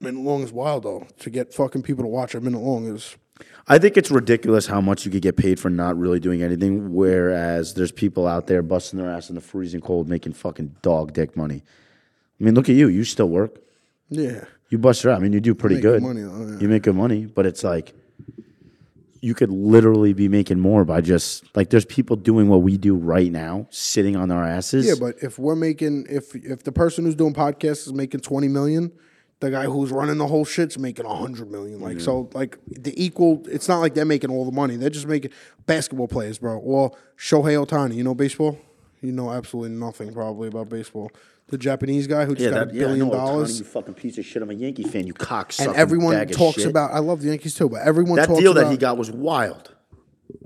[SPEAKER 2] Minute long is wild though. To get fucking people to watch a minute long is
[SPEAKER 1] I think it's ridiculous how much you could get paid for not really doing anything. Whereas there's people out there busting their ass in the freezing cold, making fucking dog dick money. I mean, look at you. You still work.
[SPEAKER 2] yeah.
[SPEAKER 1] You bust your ass. I mean, you do pretty
[SPEAKER 2] Make
[SPEAKER 1] good.
[SPEAKER 2] money though, yeah.
[SPEAKER 1] You make good money, but it's like you could literally be making more by just like there's people doing what we do right now, sitting on our asses.
[SPEAKER 2] Yeah, but if we're making if if the person who's doing podcasts is making twenty million, the guy who's running the whole shit's making hundred million. Like so, like the equal. It's not like they're making all the money. They're just making basketball plays, bro. Well, Shohei Otani, you know baseball. You know absolutely nothing probably about baseball. The Japanese guy who just got a billion dollars.
[SPEAKER 1] you fucking piece of shit. I'm a Yankee fan. You cocksucker.
[SPEAKER 2] and everyone talks about. I love the Yankees too, but everyone
[SPEAKER 1] that
[SPEAKER 2] talks
[SPEAKER 1] deal
[SPEAKER 2] about,
[SPEAKER 1] that he got was wild.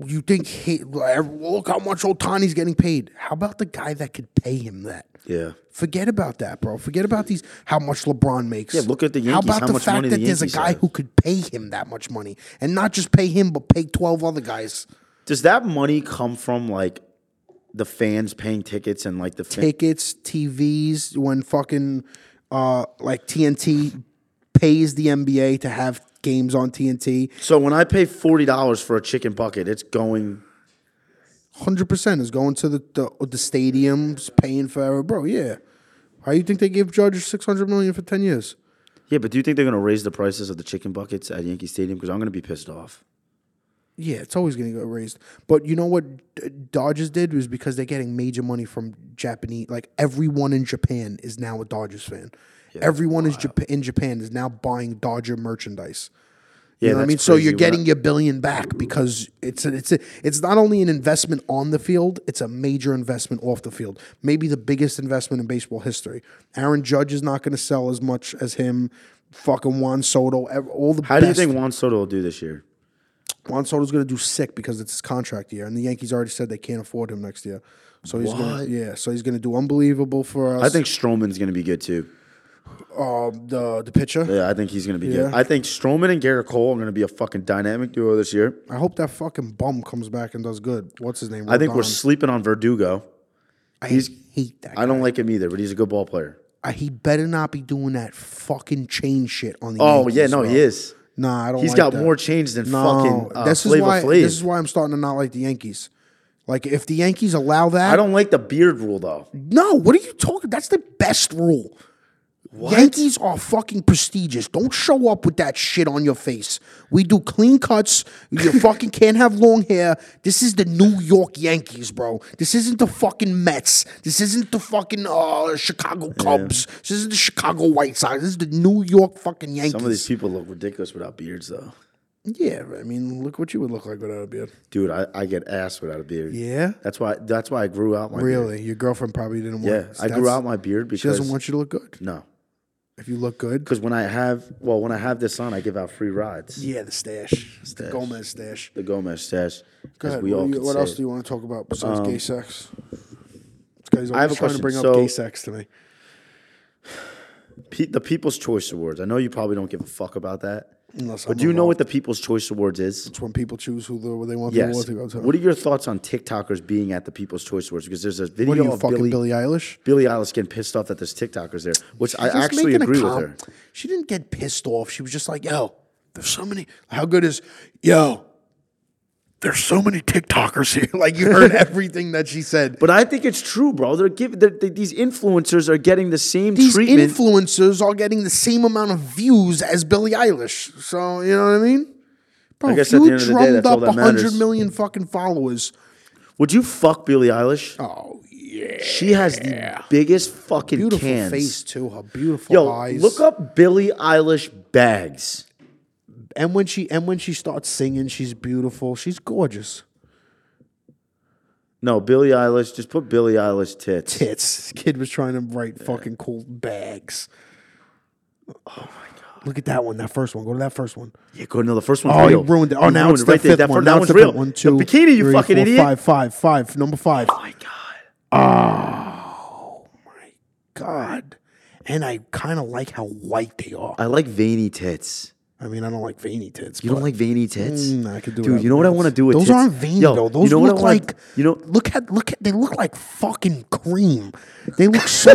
[SPEAKER 2] You think he, look how much Otani's getting paid? How about the guy that could pay him that?
[SPEAKER 1] Yeah.
[SPEAKER 2] Forget about that, bro. Forget about these how much LeBron makes. Yeah,
[SPEAKER 1] look at the
[SPEAKER 2] How
[SPEAKER 1] Yankees,
[SPEAKER 2] about
[SPEAKER 1] how
[SPEAKER 2] the
[SPEAKER 1] much
[SPEAKER 2] fact
[SPEAKER 1] money
[SPEAKER 2] that
[SPEAKER 1] the
[SPEAKER 2] there's a
[SPEAKER 1] Yankees
[SPEAKER 2] guy
[SPEAKER 1] have.
[SPEAKER 2] who could pay him that much money, and not just pay him, but pay twelve other guys
[SPEAKER 1] Does that money come from like the fans paying tickets and like the fan-
[SPEAKER 2] tickets, TVs. When fucking uh, like TNT pays the NBA to have games on TNT,
[SPEAKER 1] so when I pay forty dollars for a chicken bucket, it's going
[SPEAKER 2] hundred percent is going to the, the the stadiums, paying for bro. Yeah, how you think they gave Judge six hundred million for ten years?
[SPEAKER 1] Yeah, but do you think they're going to raise the prices of the chicken buckets at Yankee Stadium? Because I'm going to be pissed off.
[SPEAKER 2] Yeah, it's always going to get raised. But you know what D- Dodgers did was because they're getting major money from Japanese. Like everyone in Japan is now a Dodgers fan. everyone is Jap- in Japan is now buying Dodger merchandise. You
[SPEAKER 1] Yeah,
[SPEAKER 2] know what I
[SPEAKER 1] that's
[SPEAKER 2] mean? So
[SPEAKER 1] crazy.
[SPEAKER 2] you're
[SPEAKER 1] We're
[SPEAKER 2] getting your billion back because it's a, it's a, it's not only an investment on the field, it's a major investment off the field. Maybe the biggest investment in baseball history. Aaron Judge is not going to sell as much as him. Fucking Juan Soto, ev- all the
[SPEAKER 1] How do you
[SPEAKER 2] best
[SPEAKER 1] think Juan Soto will do this year?
[SPEAKER 2] Juan Soto's going to do sick because it's his contract year, and the Yankees already said they can't afford him next year. So he's going to yeah. So he's going to do unbelievable for us.
[SPEAKER 1] I think Stroman's going to be good too.
[SPEAKER 2] um, the the pitcher.
[SPEAKER 1] Yeah, I think he's going to be good.
[SPEAKER 2] Yeah.
[SPEAKER 1] I think Stroman and Garrett Cole are going to be a fucking dynamic duo this year.
[SPEAKER 2] I hope that fucking bum comes back and does good. What's his name?
[SPEAKER 1] I think we're
[SPEAKER 2] Rodon.
[SPEAKER 1] sleeping on Verdugo.
[SPEAKER 2] I
[SPEAKER 1] he's-
[SPEAKER 2] hate that.
[SPEAKER 1] I don't like him either, but he's a good ball player.
[SPEAKER 2] I, he better not be doing that fucking chain shit on the.
[SPEAKER 1] Oh
[SPEAKER 2] Yankees,
[SPEAKER 1] yeah, no,
[SPEAKER 2] bro.
[SPEAKER 1] he is.
[SPEAKER 2] Nah, I don't.
[SPEAKER 1] He's
[SPEAKER 2] like
[SPEAKER 1] got
[SPEAKER 2] that.
[SPEAKER 1] more change than
[SPEAKER 2] Oh No,
[SPEAKER 1] fucking uh,
[SPEAKER 2] this is
[SPEAKER 1] Flavor
[SPEAKER 2] why.
[SPEAKER 1] Flav.
[SPEAKER 2] This is why I'm starting to not like the Yankees. Like if the Yankees allow that,
[SPEAKER 1] I don't like the beard rule though.
[SPEAKER 2] No, what are you talking? That's the best rule. Yankees are fucking prestigious. Don't show up with that shit on your face. We do clean cuts. <laughs> You fucking can't have long hair. This is the New York Yankees, bro. This isn't the fucking Mets. This isn't the fucking uh, Chicago Cubs. This isn't the Chicago White Sox. This is the New York fucking
[SPEAKER 1] Some of
[SPEAKER 2] Yankees.
[SPEAKER 1] these people look ridiculous without beards though.
[SPEAKER 2] Yeah, I mean, look what you would look like without a beard.
[SPEAKER 1] Dude, I, I get ass without a beard.
[SPEAKER 2] Yeah?
[SPEAKER 1] That's why that's why I grew out my beard.
[SPEAKER 2] Really? Your girlfriend probably didn't want
[SPEAKER 1] Yeah, I grew out my beard because
[SPEAKER 2] She doesn't want you to look good.
[SPEAKER 1] no,
[SPEAKER 2] If you look good,
[SPEAKER 1] because when I have well, when I have this on, I give out free rides.
[SPEAKER 2] Yeah, the stash. The Gomez stash.
[SPEAKER 1] The Gomez stash,
[SPEAKER 2] Go
[SPEAKER 1] because
[SPEAKER 2] ahead.
[SPEAKER 1] we
[SPEAKER 2] what
[SPEAKER 1] all
[SPEAKER 2] do you-
[SPEAKER 1] could
[SPEAKER 2] what
[SPEAKER 1] say
[SPEAKER 2] else do
[SPEAKER 1] it.
[SPEAKER 2] you want to talk about besides gay sex? This guy's always
[SPEAKER 1] have a
[SPEAKER 2] trying to
[SPEAKER 1] question.
[SPEAKER 2] bring up
[SPEAKER 1] So-
[SPEAKER 2] gay sex to me.
[SPEAKER 1] Pe- the People's Choice Awards. I know you probably don't give a fuck about that,
[SPEAKER 2] Unless
[SPEAKER 1] but
[SPEAKER 2] I'm
[SPEAKER 1] do you know
[SPEAKER 2] involved.
[SPEAKER 1] what the People's Choice Awards is?
[SPEAKER 2] It's when people choose who the, they want the
[SPEAKER 1] Yes.
[SPEAKER 2] award to go to.
[SPEAKER 1] What are your thoughts on TikTokers being at the People's Choice Awards? Because there's a
[SPEAKER 2] What
[SPEAKER 1] video of
[SPEAKER 2] fucking
[SPEAKER 1] Billy, Billie
[SPEAKER 2] Billie Eilish?
[SPEAKER 1] Billy Eilish getting pissed off that there's TikTokers there, which I
[SPEAKER 2] She's just
[SPEAKER 1] actually
[SPEAKER 2] making a
[SPEAKER 1] agree with
[SPEAKER 2] com-
[SPEAKER 1] her.
[SPEAKER 2] She didn't get pissed off. She was just like, yo, there's so many. How good is, yo, there's so many TikTokers here. <laughs> like,
[SPEAKER 1] <laughs>
[SPEAKER 2] you heard everything that she said.
[SPEAKER 1] But I think it's true, bro. They're giving they're, they- these influencers are getting the same
[SPEAKER 2] These
[SPEAKER 1] treatment.
[SPEAKER 2] influencers are getting the same amount of views as Billie Eilish. So, you know what I mean? Bro,
[SPEAKER 1] I guess
[SPEAKER 2] if
[SPEAKER 1] at
[SPEAKER 2] you
[SPEAKER 1] the end of the day,
[SPEAKER 2] drummed
[SPEAKER 1] that's all
[SPEAKER 2] up
[SPEAKER 1] that
[SPEAKER 2] 100
[SPEAKER 1] matters.
[SPEAKER 2] million fucking followers.
[SPEAKER 1] Would you fuck Billie Eilish?
[SPEAKER 2] Oh, yeah.
[SPEAKER 1] She has the biggest fucking
[SPEAKER 2] Beautiful
[SPEAKER 1] cans.
[SPEAKER 2] face, too. Her beautiful
[SPEAKER 1] Yo,
[SPEAKER 2] eyes.
[SPEAKER 1] look up Billie Eilish bags.
[SPEAKER 2] And when she and when she starts singing, she's beautiful. She's gorgeous.
[SPEAKER 1] No, Billie Eilish. Just put Billie Eilish tits.
[SPEAKER 2] Tits. This kid was trying to write fucking cool bags. Oh my god! Look at that one. That first one. Go to that first one.
[SPEAKER 1] Yeah, go no, the first one.
[SPEAKER 2] Oh, you ruined it. Oh, now it's the
[SPEAKER 1] right there.
[SPEAKER 2] fifth
[SPEAKER 1] That,
[SPEAKER 2] one.
[SPEAKER 1] that
[SPEAKER 2] now
[SPEAKER 1] one's
[SPEAKER 2] it's the
[SPEAKER 1] real.
[SPEAKER 2] fifth One, two,
[SPEAKER 1] the bikini, you
[SPEAKER 2] three,
[SPEAKER 1] fucking
[SPEAKER 2] four,
[SPEAKER 1] idiot.
[SPEAKER 2] Five, five, five. Number five. Oh,
[SPEAKER 1] Oh my god.
[SPEAKER 2] God. And I kind of like how white they are.
[SPEAKER 1] I like veiny tits.
[SPEAKER 2] I mean, I don't like veiny tits.
[SPEAKER 1] You don't like veiny tits?
[SPEAKER 2] Mm, I could do
[SPEAKER 1] Dude,
[SPEAKER 2] without
[SPEAKER 1] you know what I
[SPEAKER 2] veins.
[SPEAKER 1] want to do with
[SPEAKER 2] Those
[SPEAKER 1] tits?
[SPEAKER 2] aren't veiny
[SPEAKER 1] Yo,
[SPEAKER 2] though. Those
[SPEAKER 1] you know what I
[SPEAKER 2] look
[SPEAKER 1] wanna-
[SPEAKER 2] like
[SPEAKER 1] you know
[SPEAKER 2] Look at look at they look like fucking cream. They look
[SPEAKER 1] <laughs>
[SPEAKER 2] so.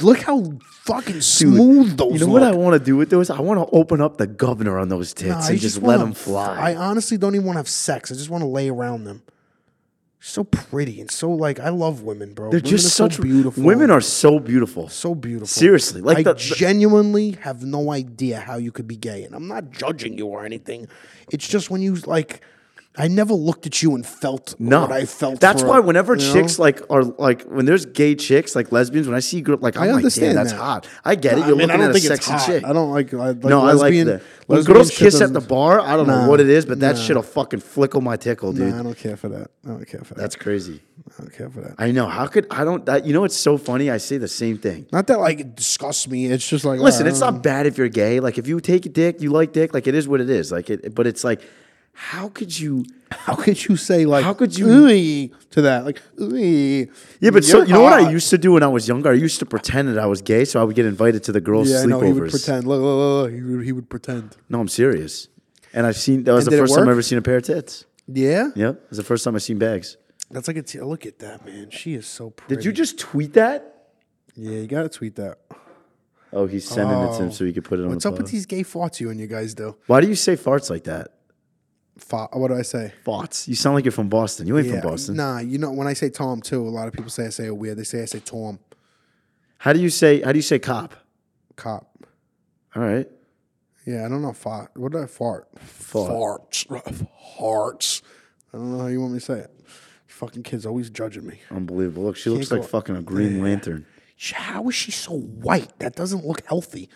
[SPEAKER 2] look how fucking smooth those.
[SPEAKER 1] You know what
[SPEAKER 2] look.
[SPEAKER 1] I want to do with those? I want to open up the governor on those tits
[SPEAKER 2] Nah,
[SPEAKER 1] and
[SPEAKER 2] I
[SPEAKER 1] just, let
[SPEAKER 2] wanna-
[SPEAKER 1] them fly.
[SPEAKER 2] I honestly don't even want to have sex. I just want to lay around them. So pretty and so like I love women, bro.
[SPEAKER 1] They're just such
[SPEAKER 2] so beautiful.
[SPEAKER 1] Women are so beautiful.
[SPEAKER 2] so beautiful.
[SPEAKER 1] Seriously, like
[SPEAKER 2] I
[SPEAKER 1] the- the-
[SPEAKER 2] genuinely have no idea how you could be gay, and I'm not judging you or anything. It's just when you like, I never looked at you and felt
[SPEAKER 1] No,
[SPEAKER 2] what I felt.
[SPEAKER 1] That's
[SPEAKER 2] for-
[SPEAKER 1] why whenever
[SPEAKER 2] you know?
[SPEAKER 1] chicks like are like when there's gay chicks like lesbians, when I see girl like I'm like, damn,
[SPEAKER 2] understand
[SPEAKER 1] that's
[SPEAKER 2] that.
[SPEAKER 1] hot. I get it.
[SPEAKER 2] I
[SPEAKER 1] You're
[SPEAKER 2] mean,
[SPEAKER 1] looking
[SPEAKER 2] I don't
[SPEAKER 1] at
[SPEAKER 2] think
[SPEAKER 1] a
[SPEAKER 2] it's
[SPEAKER 1] sexy
[SPEAKER 2] hot.
[SPEAKER 1] chick.
[SPEAKER 2] I don't like. I, like
[SPEAKER 1] no,
[SPEAKER 2] lesbian,
[SPEAKER 1] I like that. When
[SPEAKER 2] lesbian
[SPEAKER 1] girls
[SPEAKER 2] shit
[SPEAKER 1] kiss at
[SPEAKER 2] doesn't-
[SPEAKER 1] the bar, I don't
[SPEAKER 2] Nah.
[SPEAKER 1] know what it is, but that shit'll fucking flickle my tickle, dude.
[SPEAKER 2] Nah, I don't care for that. I don't care for that.
[SPEAKER 1] That's crazy.
[SPEAKER 2] I don't care for that.
[SPEAKER 1] I know. How could I don't? That, you know, it's so funny. I say the same thing.
[SPEAKER 2] Not that like it disgusts me. It's just like
[SPEAKER 1] Listen,
[SPEAKER 2] I
[SPEAKER 1] it's
[SPEAKER 2] don't
[SPEAKER 1] not bad if you're gay. Like if you take a dick, you like dick. Like it is what it is. Like it, but it's like, how could you?
[SPEAKER 2] know. How could you say like?
[SPEAKER 1] How could you-
[SPEAKER 2] "Ooey," to that? Like ooey.
[SPEAKER 1] Yeah, but so
[SPEAKER 2] you're
[SPEAKER 1] you know what I
[SPEAKER 2] hot.
[SPEAKER 1] used to do when I was younger? I used to pretend that I was gay, so I would get invited to the girls'
[SPEAKER 2] Yeah, I know.
[SPEAKER 1] sleepovers.
[SPEAKER 2] He would pretend. Look, look, look, look. He would, he would pretend.
[SPEAKER 1] No, I'm serious. And I've seen that was
[SPEAKER 2] And
[SPEAKER 1] the
[SPEAKER 2] did it
[SPEAKER 1] first time
[SPEAKER 2] work?
[SPEAKER 1] I ever seen a pair of tits.
[SPEAKER 2] Yeah,
[SPEAKER 1] Yep, it was the first time I seen bags.
[SPEAKER 2] that's like a t- look at that man. She is so pretty.
[SPEAKER 1] Did you just tweet that?
[SPEAKER 2] Yeah, you gotta tweet that.
[SPEAKER 1] Oh, he's sending it to him so he could put it on
[SPEAKER 2] What's
[SPEAKER 1] the
[SPEAKER 2] up with
[SPEAKER 1] pod.
[SPEAKER 2] these gay farts you and you guys do?
[SPEAKER 1] Why do you say farts like that?
[SPEAKER 2] Fa- what do I say?
[SPEAKER 1] Farts. You sound like you're from Boston. You ain't
[SPEAKER 2] Yeah,
[SPEAKER 1] from Boston.
[SPEAKER 2] Nah, you know when I say Tom too, a lot of people say I say it weird. They say I say Tom,
[SPEAKER 1] How do you say? How do you say cop?
[SPEAKER 2] cop.
[SPEAKER 1] All right.
[SPEAKER 2] Yeah, I don't know fart. What did I fart?
[SPEAKER 1] Fart.
[SPEAKER 2] Farts, <laughs> hearts. I don't know how you want me to say it. Fucking kids always judging me.
[SPEAKER 1] Unbelievable. Look, she looks like
[SPEAKER 2] go-
[SPEAKER 1] fucking a Green Lantern.
[SPEAKER 2] Sh- How is she so white? That doesn't look healthy.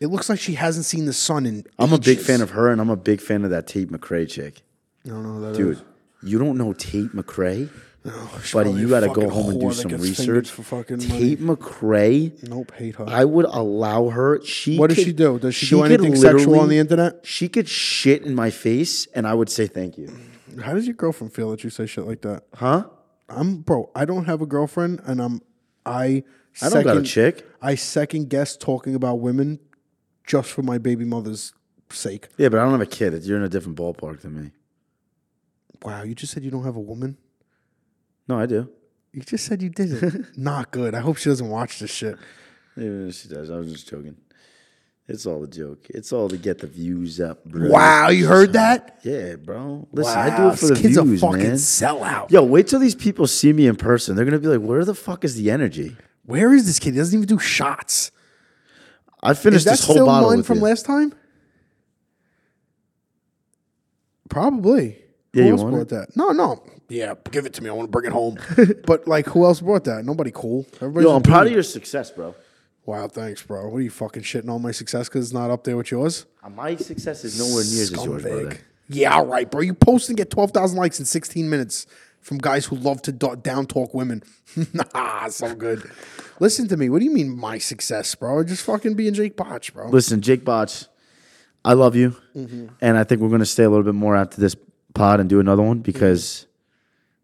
[SPEAKER 2] It looks like she hasn't seen the sun in.
[SPEAKER 1] I'm a big fan of her, and I'm a big fan of that Tate McRae chick.
[SPEAKER 2] I don't know who that
[SPEAKER 1] Dude, you don't know Tate McRae?
[SPEAKER 2] is. She's
[SPEAKER 1] Buddy,
[SPEAKER 2] probably
[SPEAKER 1] you got
[SPEAKER 2] a
[SPEAKER 1] to go
[SPEAKER 2] fucking
[SPEAKER 1] home and do
[SPEAKER 2] whore that
[SPEAKER 1] some
[SPEAKER 2] gets
[SPEAKER 1] research.
[SPEAKER 2] fingered For fucking money.
[SPEAKER 1] Tate McRae,
[SPEAKER 2] Nope, hate her.
[SPEAKER 1] I would allow her. She.
[SPEAKER 2] What does
[SPEAKER 1] could-
[SPEAKER 2] she do? Does she do
[SPEAKER 1] could
[SPEAKER 2] anything sexual on
[SPEAKER 1] literally-
[SPEAKER 2] the internet?
[SPEAKER 1] She could shit in my face, and I would say thank you.
[SPEAKER 2] How does your girlfriend feel that you say shit like that?
[SPEAKER 1] Huh?
[SPEAKER 2] I'm bro. I don't have a girlfriend, and I'm I.
[SPEAKER 1] I don't got a chick.
[SPEAKER 2] I second guess talking about women just for my baby mother's sake.
[SPEAKER 1] Yeah, but I don't have a kid. You're in a different ballpark than me.
[SPEAKER 2] Wow, you just said you don't have a woman.
[SPEAKER 1] No, I do.
[SPEAKER 2] You just said
[SPEAKER 1] <laughs>
[SPEAKER 2] you didn't. Not good. I hope she doesn't watch this shit.
[SPEAKER 1] Even if she does, I was just joking. It's all a joke. It's all to get the views up, bro.
[SPEAKER 2] Wow, you heard that?
[SPEAKER 1] Yeah, bro. Listen,
[SPEAKER 2] wow,
[SPEAKER 1] I do it for the
[SPEAKER 2] this kid's
[SPEAKER 1] views,
[SPEAKER 2] a fucking
[SPEAKER 1] man.
[SPEAKER 2] sellout.
[SPEAKER 1] Yo, wait till these people see me in person. They're gonna be like, "Where the fuck is the energy?"
[SPEAKER 2] Where is this kid? He doesn't even do shots.
[SPEAKER 1] I
[SPEAKER 2] Is
[SPEAKER 1] finished
[SPEAKER 2] that
[SPEAKER 1] this whole
[SPEAKER 2] still
[SPEAKER 1] bottle
[SPEAKER 2] mine
[SPEAKER 1] with
[SPEAKER 2] from
[SPEAKER 1] you.
[SPEAKER 2] last time? Probably.
[SPEAKER 1] Yeah,
[SPEAKER 2] who
[SPEAKER 1] you
[SPEAKER 2] else
[SPEAKER 1] want
[SPEAKER 2] brought
[SPEAKER 1] it?
[SPEAKER 2] that? No, no. Yeah, give it to me. I want to bring
[SPEAKER 1] <laughs>
[SPEAKER 2] it home. but like, who else brought that? Nobody cool. Everybody's
[SPEAKER 1] Yo,
[SPEAKER 2] a
[SPEAKER 1] I'm proud of
[SPEAKER 2] dude.
[SPEAKER 1] your success, bro.
[SPEAKER 2] Wow, thanks, bro. What are you fucking shitting on my success because it's not up there with yours?
[SPEAKER 1] Uh, My success is nowhere near as yours, brother.
[SPEAKER 2] Scumbag. Yeah, all right, bro. You post and get 12,000 likes in 16 minutes from guys who love to do- down talk women. <laughs> nah, so good. Listen to me. What do you mean my success, bro? Just fucking being Jake Botch, bro.
[SPEAKER 1] Listen, Jake Botch, I love you, and I think we're gonna stay a little bit more after this pod and do another one because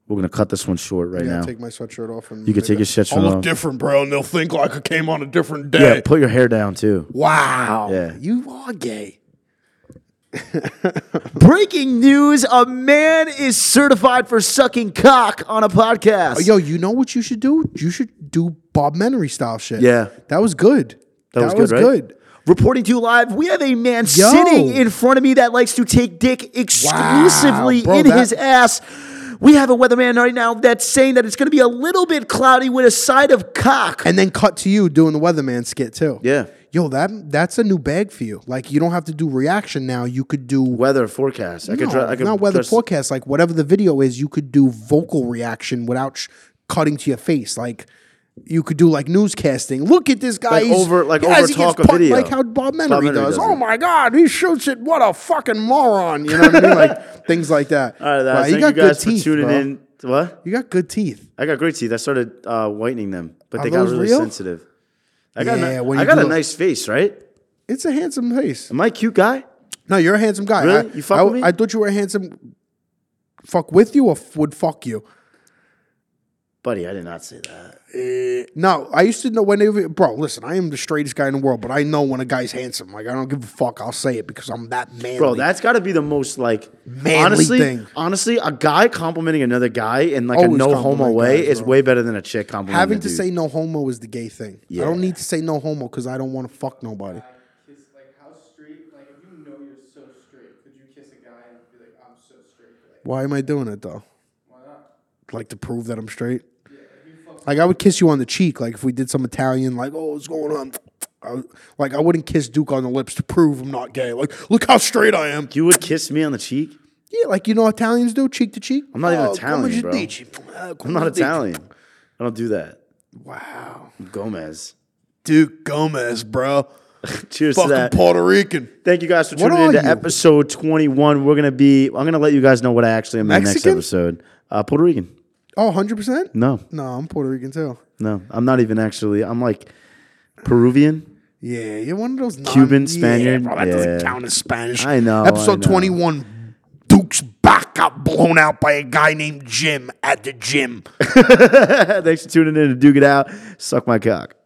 [SPEAKER 1] we're gonna cut this one short right
[SPEAKER 2] I'll
[SPEAKER 1] now.
[SPEAKER 2] take my sweatshirt off. And
[SPEAKER 1] You can take your shit
[SPEAKER 2] I'll look
[SPEAKER 1] off.
[SPEAKER 2] different, bro, and they'll think like I came on a different day.
[SPEAKER 1] Yeah, put your hair down too.
[SPEAKER 2] Wow.
[SPEAKER 1] Yeah.
[SPEAKER 2] You are gay.
[SPEAKER 1] Breaking news: A man is certified for sucking cock on a podcast.
[SPEAKER 2] Yo, you know what you should do? You should do Bob Menery style shit.
[SPEAKER 1] Yeah.
[SPEAKER 2] That was good. That,
[SPEAKER 1] was good, right? Reporting to you live, we have a man
[SPEAKER 2] Yo.
[SPEAKER 1] sitting in front of me that likes to take dick exclusively
[SPEAKER 2] bro,
[SPEAKER 1] in
[SPEAKER 2] that-
[SPEAKER 1] his ass. We have a weatherman right now that's saying that it's going to be a little bit cloudy with a side of cock.
[SPEAKER 2] And then cut to you doing the weatherman skit too.
[SPEAKER 1] Yeah.
[SPEAKER 2] Yo, that that's a new bag for you. Like you don't have to do reaction now. You could do
[SPEAKER 1] weather forecast. I
[SPEAKER 2] no,
[SPEAKER 1] could try. I could
[SPEAKER 2] not weather
[SPEAKER 1] dress-
[SPEAKER 2] forecast. Like whatever the video is, you could do vocal reaction without sh- cutting to your face. Like you could do like newscasting. Look at this guy.
[SPEAKER 1] Like
[SPEAKER 2] he's-
[SPEAKER 1] over- like
[SPEAKER 2] as he
[SPEAKER 1] overtalk
[SPEAKER 2] gets
[SPEAKER 1] a
[SPEAKER 2] punked,
[SPEAKER 1] video.
[SPEAKER 2] Like how Bob Menery,
[SPEAKER 1] Bob Menery
[SPEAKER 2] does.
[SPEAKER 1] does
[SPEAKER 2] Oh
[SPEAKER 1] it.
[SPEAKER 2] my God, he
[SPEAKER 1] <laughs>
[SPEAKER 2] shoots it. What a fucking moron. You know what I mean? Like things like that.
[SPEAKER 1] All right,
[SPEAKER 2] Wow,
[SPEAKER 1] guys, thank you
[SPEAKER 2] got good
[SPEAKER 1] guys for
[SPEAKER 2] teeth,
[SPEAKER 1] tuning
[SPEAKER 2] bro.
[SPEAKER 1] in. What?
[SPEAKER 2] You got good teeth.
[SPEAKER 1] I got great teeth. I started uh, whitening them, but
[SPEAKER 2] Are
[SPEAKER 1] they got
[SPEAKER 2] those
[SPEAKER 1] really
[SPEAKER 2] real?
[SPEAKER 1] sensitive. I got,
[SPEAKER 2] Yeah,
[SPEAKER 1] a, ni-
[SPEAKER 2] when
[SPEAKER 1] I
[SPEAKER 2] you
[SPEAKER 1] got
[SPEAKER 2] do
[SPEAKER 1] a
[SPEAKER 2] a-
[SPEAKER 1] nice face, right?
[SPEAKER 2] It's a handsome face.
[SPEAKER 1] Am I a cute guy?
[SPEAKER 2] No, you're a handsome guy.
[SPEAKER 1] Really?
[SPEAKER 2] I,
[SPEAKER 1] You fuck
[SPEAKER 2] I,
[SPEAKER 1] with me?
[SPEAKER 2] I thought you were a handsome. Fuck with you or f- would fuck you?
[SPEAKER 1] Buddy, I did not say that.
[SPEAKER 2] No, I used to know whenever, bro. Listen, I am the straightest guy in the world, but I know when a guy's handsome. Like I don't give a fuck. I'll say it because I'm that manly.
[SPEAKER 1] Bro, that's got to be the most like
[SPEAKER 2] Manly
[SPEAKER 1] honestly,
[SPEAKER 2] thing.
[SPEAKER 1] honestly, a guy complimenting another guy in like a
[SPEAKER 2] Always
[SPEAKER 1] no homo
[SPEAKER 2] compliment
[SPEAKER 1] way
[SPEAKER 2] guys,
[SPEAKER 1] is
[SPEAKER 2] bro.
[SPEAKER 1] way better than a chick complimenting
[SPEAKER 2] having
[SPEAKER 1] a
[SPEAKER 2] to
[SPEAKER 1] dude.
[SPEAKER 2] say no homo is the gay thing. I don't
[SPEAKER 1] Yeah.
[SPEAKER 2] need to say no homo because I don't want to fuck nobody.
[SPEAKER 3] kiss like how straight like if you know you're so straight could you kiss a guy and be like i'm so straight like
[SPEAKER 2] Why am I doing it though?
[SPEAKER 3] why not
[SPEAKER 2] Like to prove that I'm straight.
[SPEAKER 3] yeah if you fuck
[SPEAKER 2] Like I would kiss you on the cheek. Like if we did some Italian, like oh, what's going on? I would- like I wouldn't kiss Duke on the lips to prove I'm not gay. Like look how straight I am.
[SPEAKER 1] you would kiss me on the cheek?
[SPEAKER 2] Yeah, like you know Italians do, cheek to cheek. Oh,
[SPEAKER 1] I'm not even
[SPEAKER 2] come
[SPEAKER 1] Italian,
[SPEAKER 2] with your
[SPEAKER 1] bro.
[SPEAKER 2] dici. Uh, come
[SPEAKER 1] I'm
[SPEAKER 2] <laughs>
[SPEAKER 1] not
[SPEAKER 2] with your dici.
[SPEAKER 1] Italian. I don't do that.
[SPEAKER 2] Wow,
[SPEAKER 1] Gomez.
[SPEAKER 2] Duke Gomez, bro,
[SPEAKER 1] Cheers to
[SPEAKER 2] fucking
[SPEAKER 1] that.
[SPEAKER 2] Puerto Rican.
[SPEAKER 1] Thank you guys for
[SPEAKER 2] What
[SPEAKER 1] tuning in
[SPEAKER 2] are
[SPEAKER 1] to
[SPEAKER 2] you?
[SPEAKER 1] episode 21. We're going to be, I'm going to let you guys know what I actually am in the next
[SPEAKER 2] Mexican?
[SPEAKER 1] episode. Uh, Puerto Rican.
[SPEAKER 2] Oh, 100 percent.
[SPEAKER 1] No,
[SPEAKER 2] No, I'm Puerto Rican too.
[SPEAKER 1] no. I'm not even actually, I'm like Peruvian.
[SPEAKER 2] Yeah, you're one of those non-
[SPEAKER 1] Cuban,
[SPEAKER 2] Yeah,
[SPEAKER 1] Spaniard,
[SPEAKER 2] bro, that doesn't
[SPEAKER 1] yeah.
[SPEAKER 2] count as Spanish.
[SPEAKER 1] I know,
[SPEAKER 2] Episode
[SPEAKER 1] I know.
[SPEAKER 2] 21. Duke's back got blown out by a guy named Jim at the gym.
[SPEAKER 1] <laughs> Thanks for tuning in to Duke It Out. Suck my cock.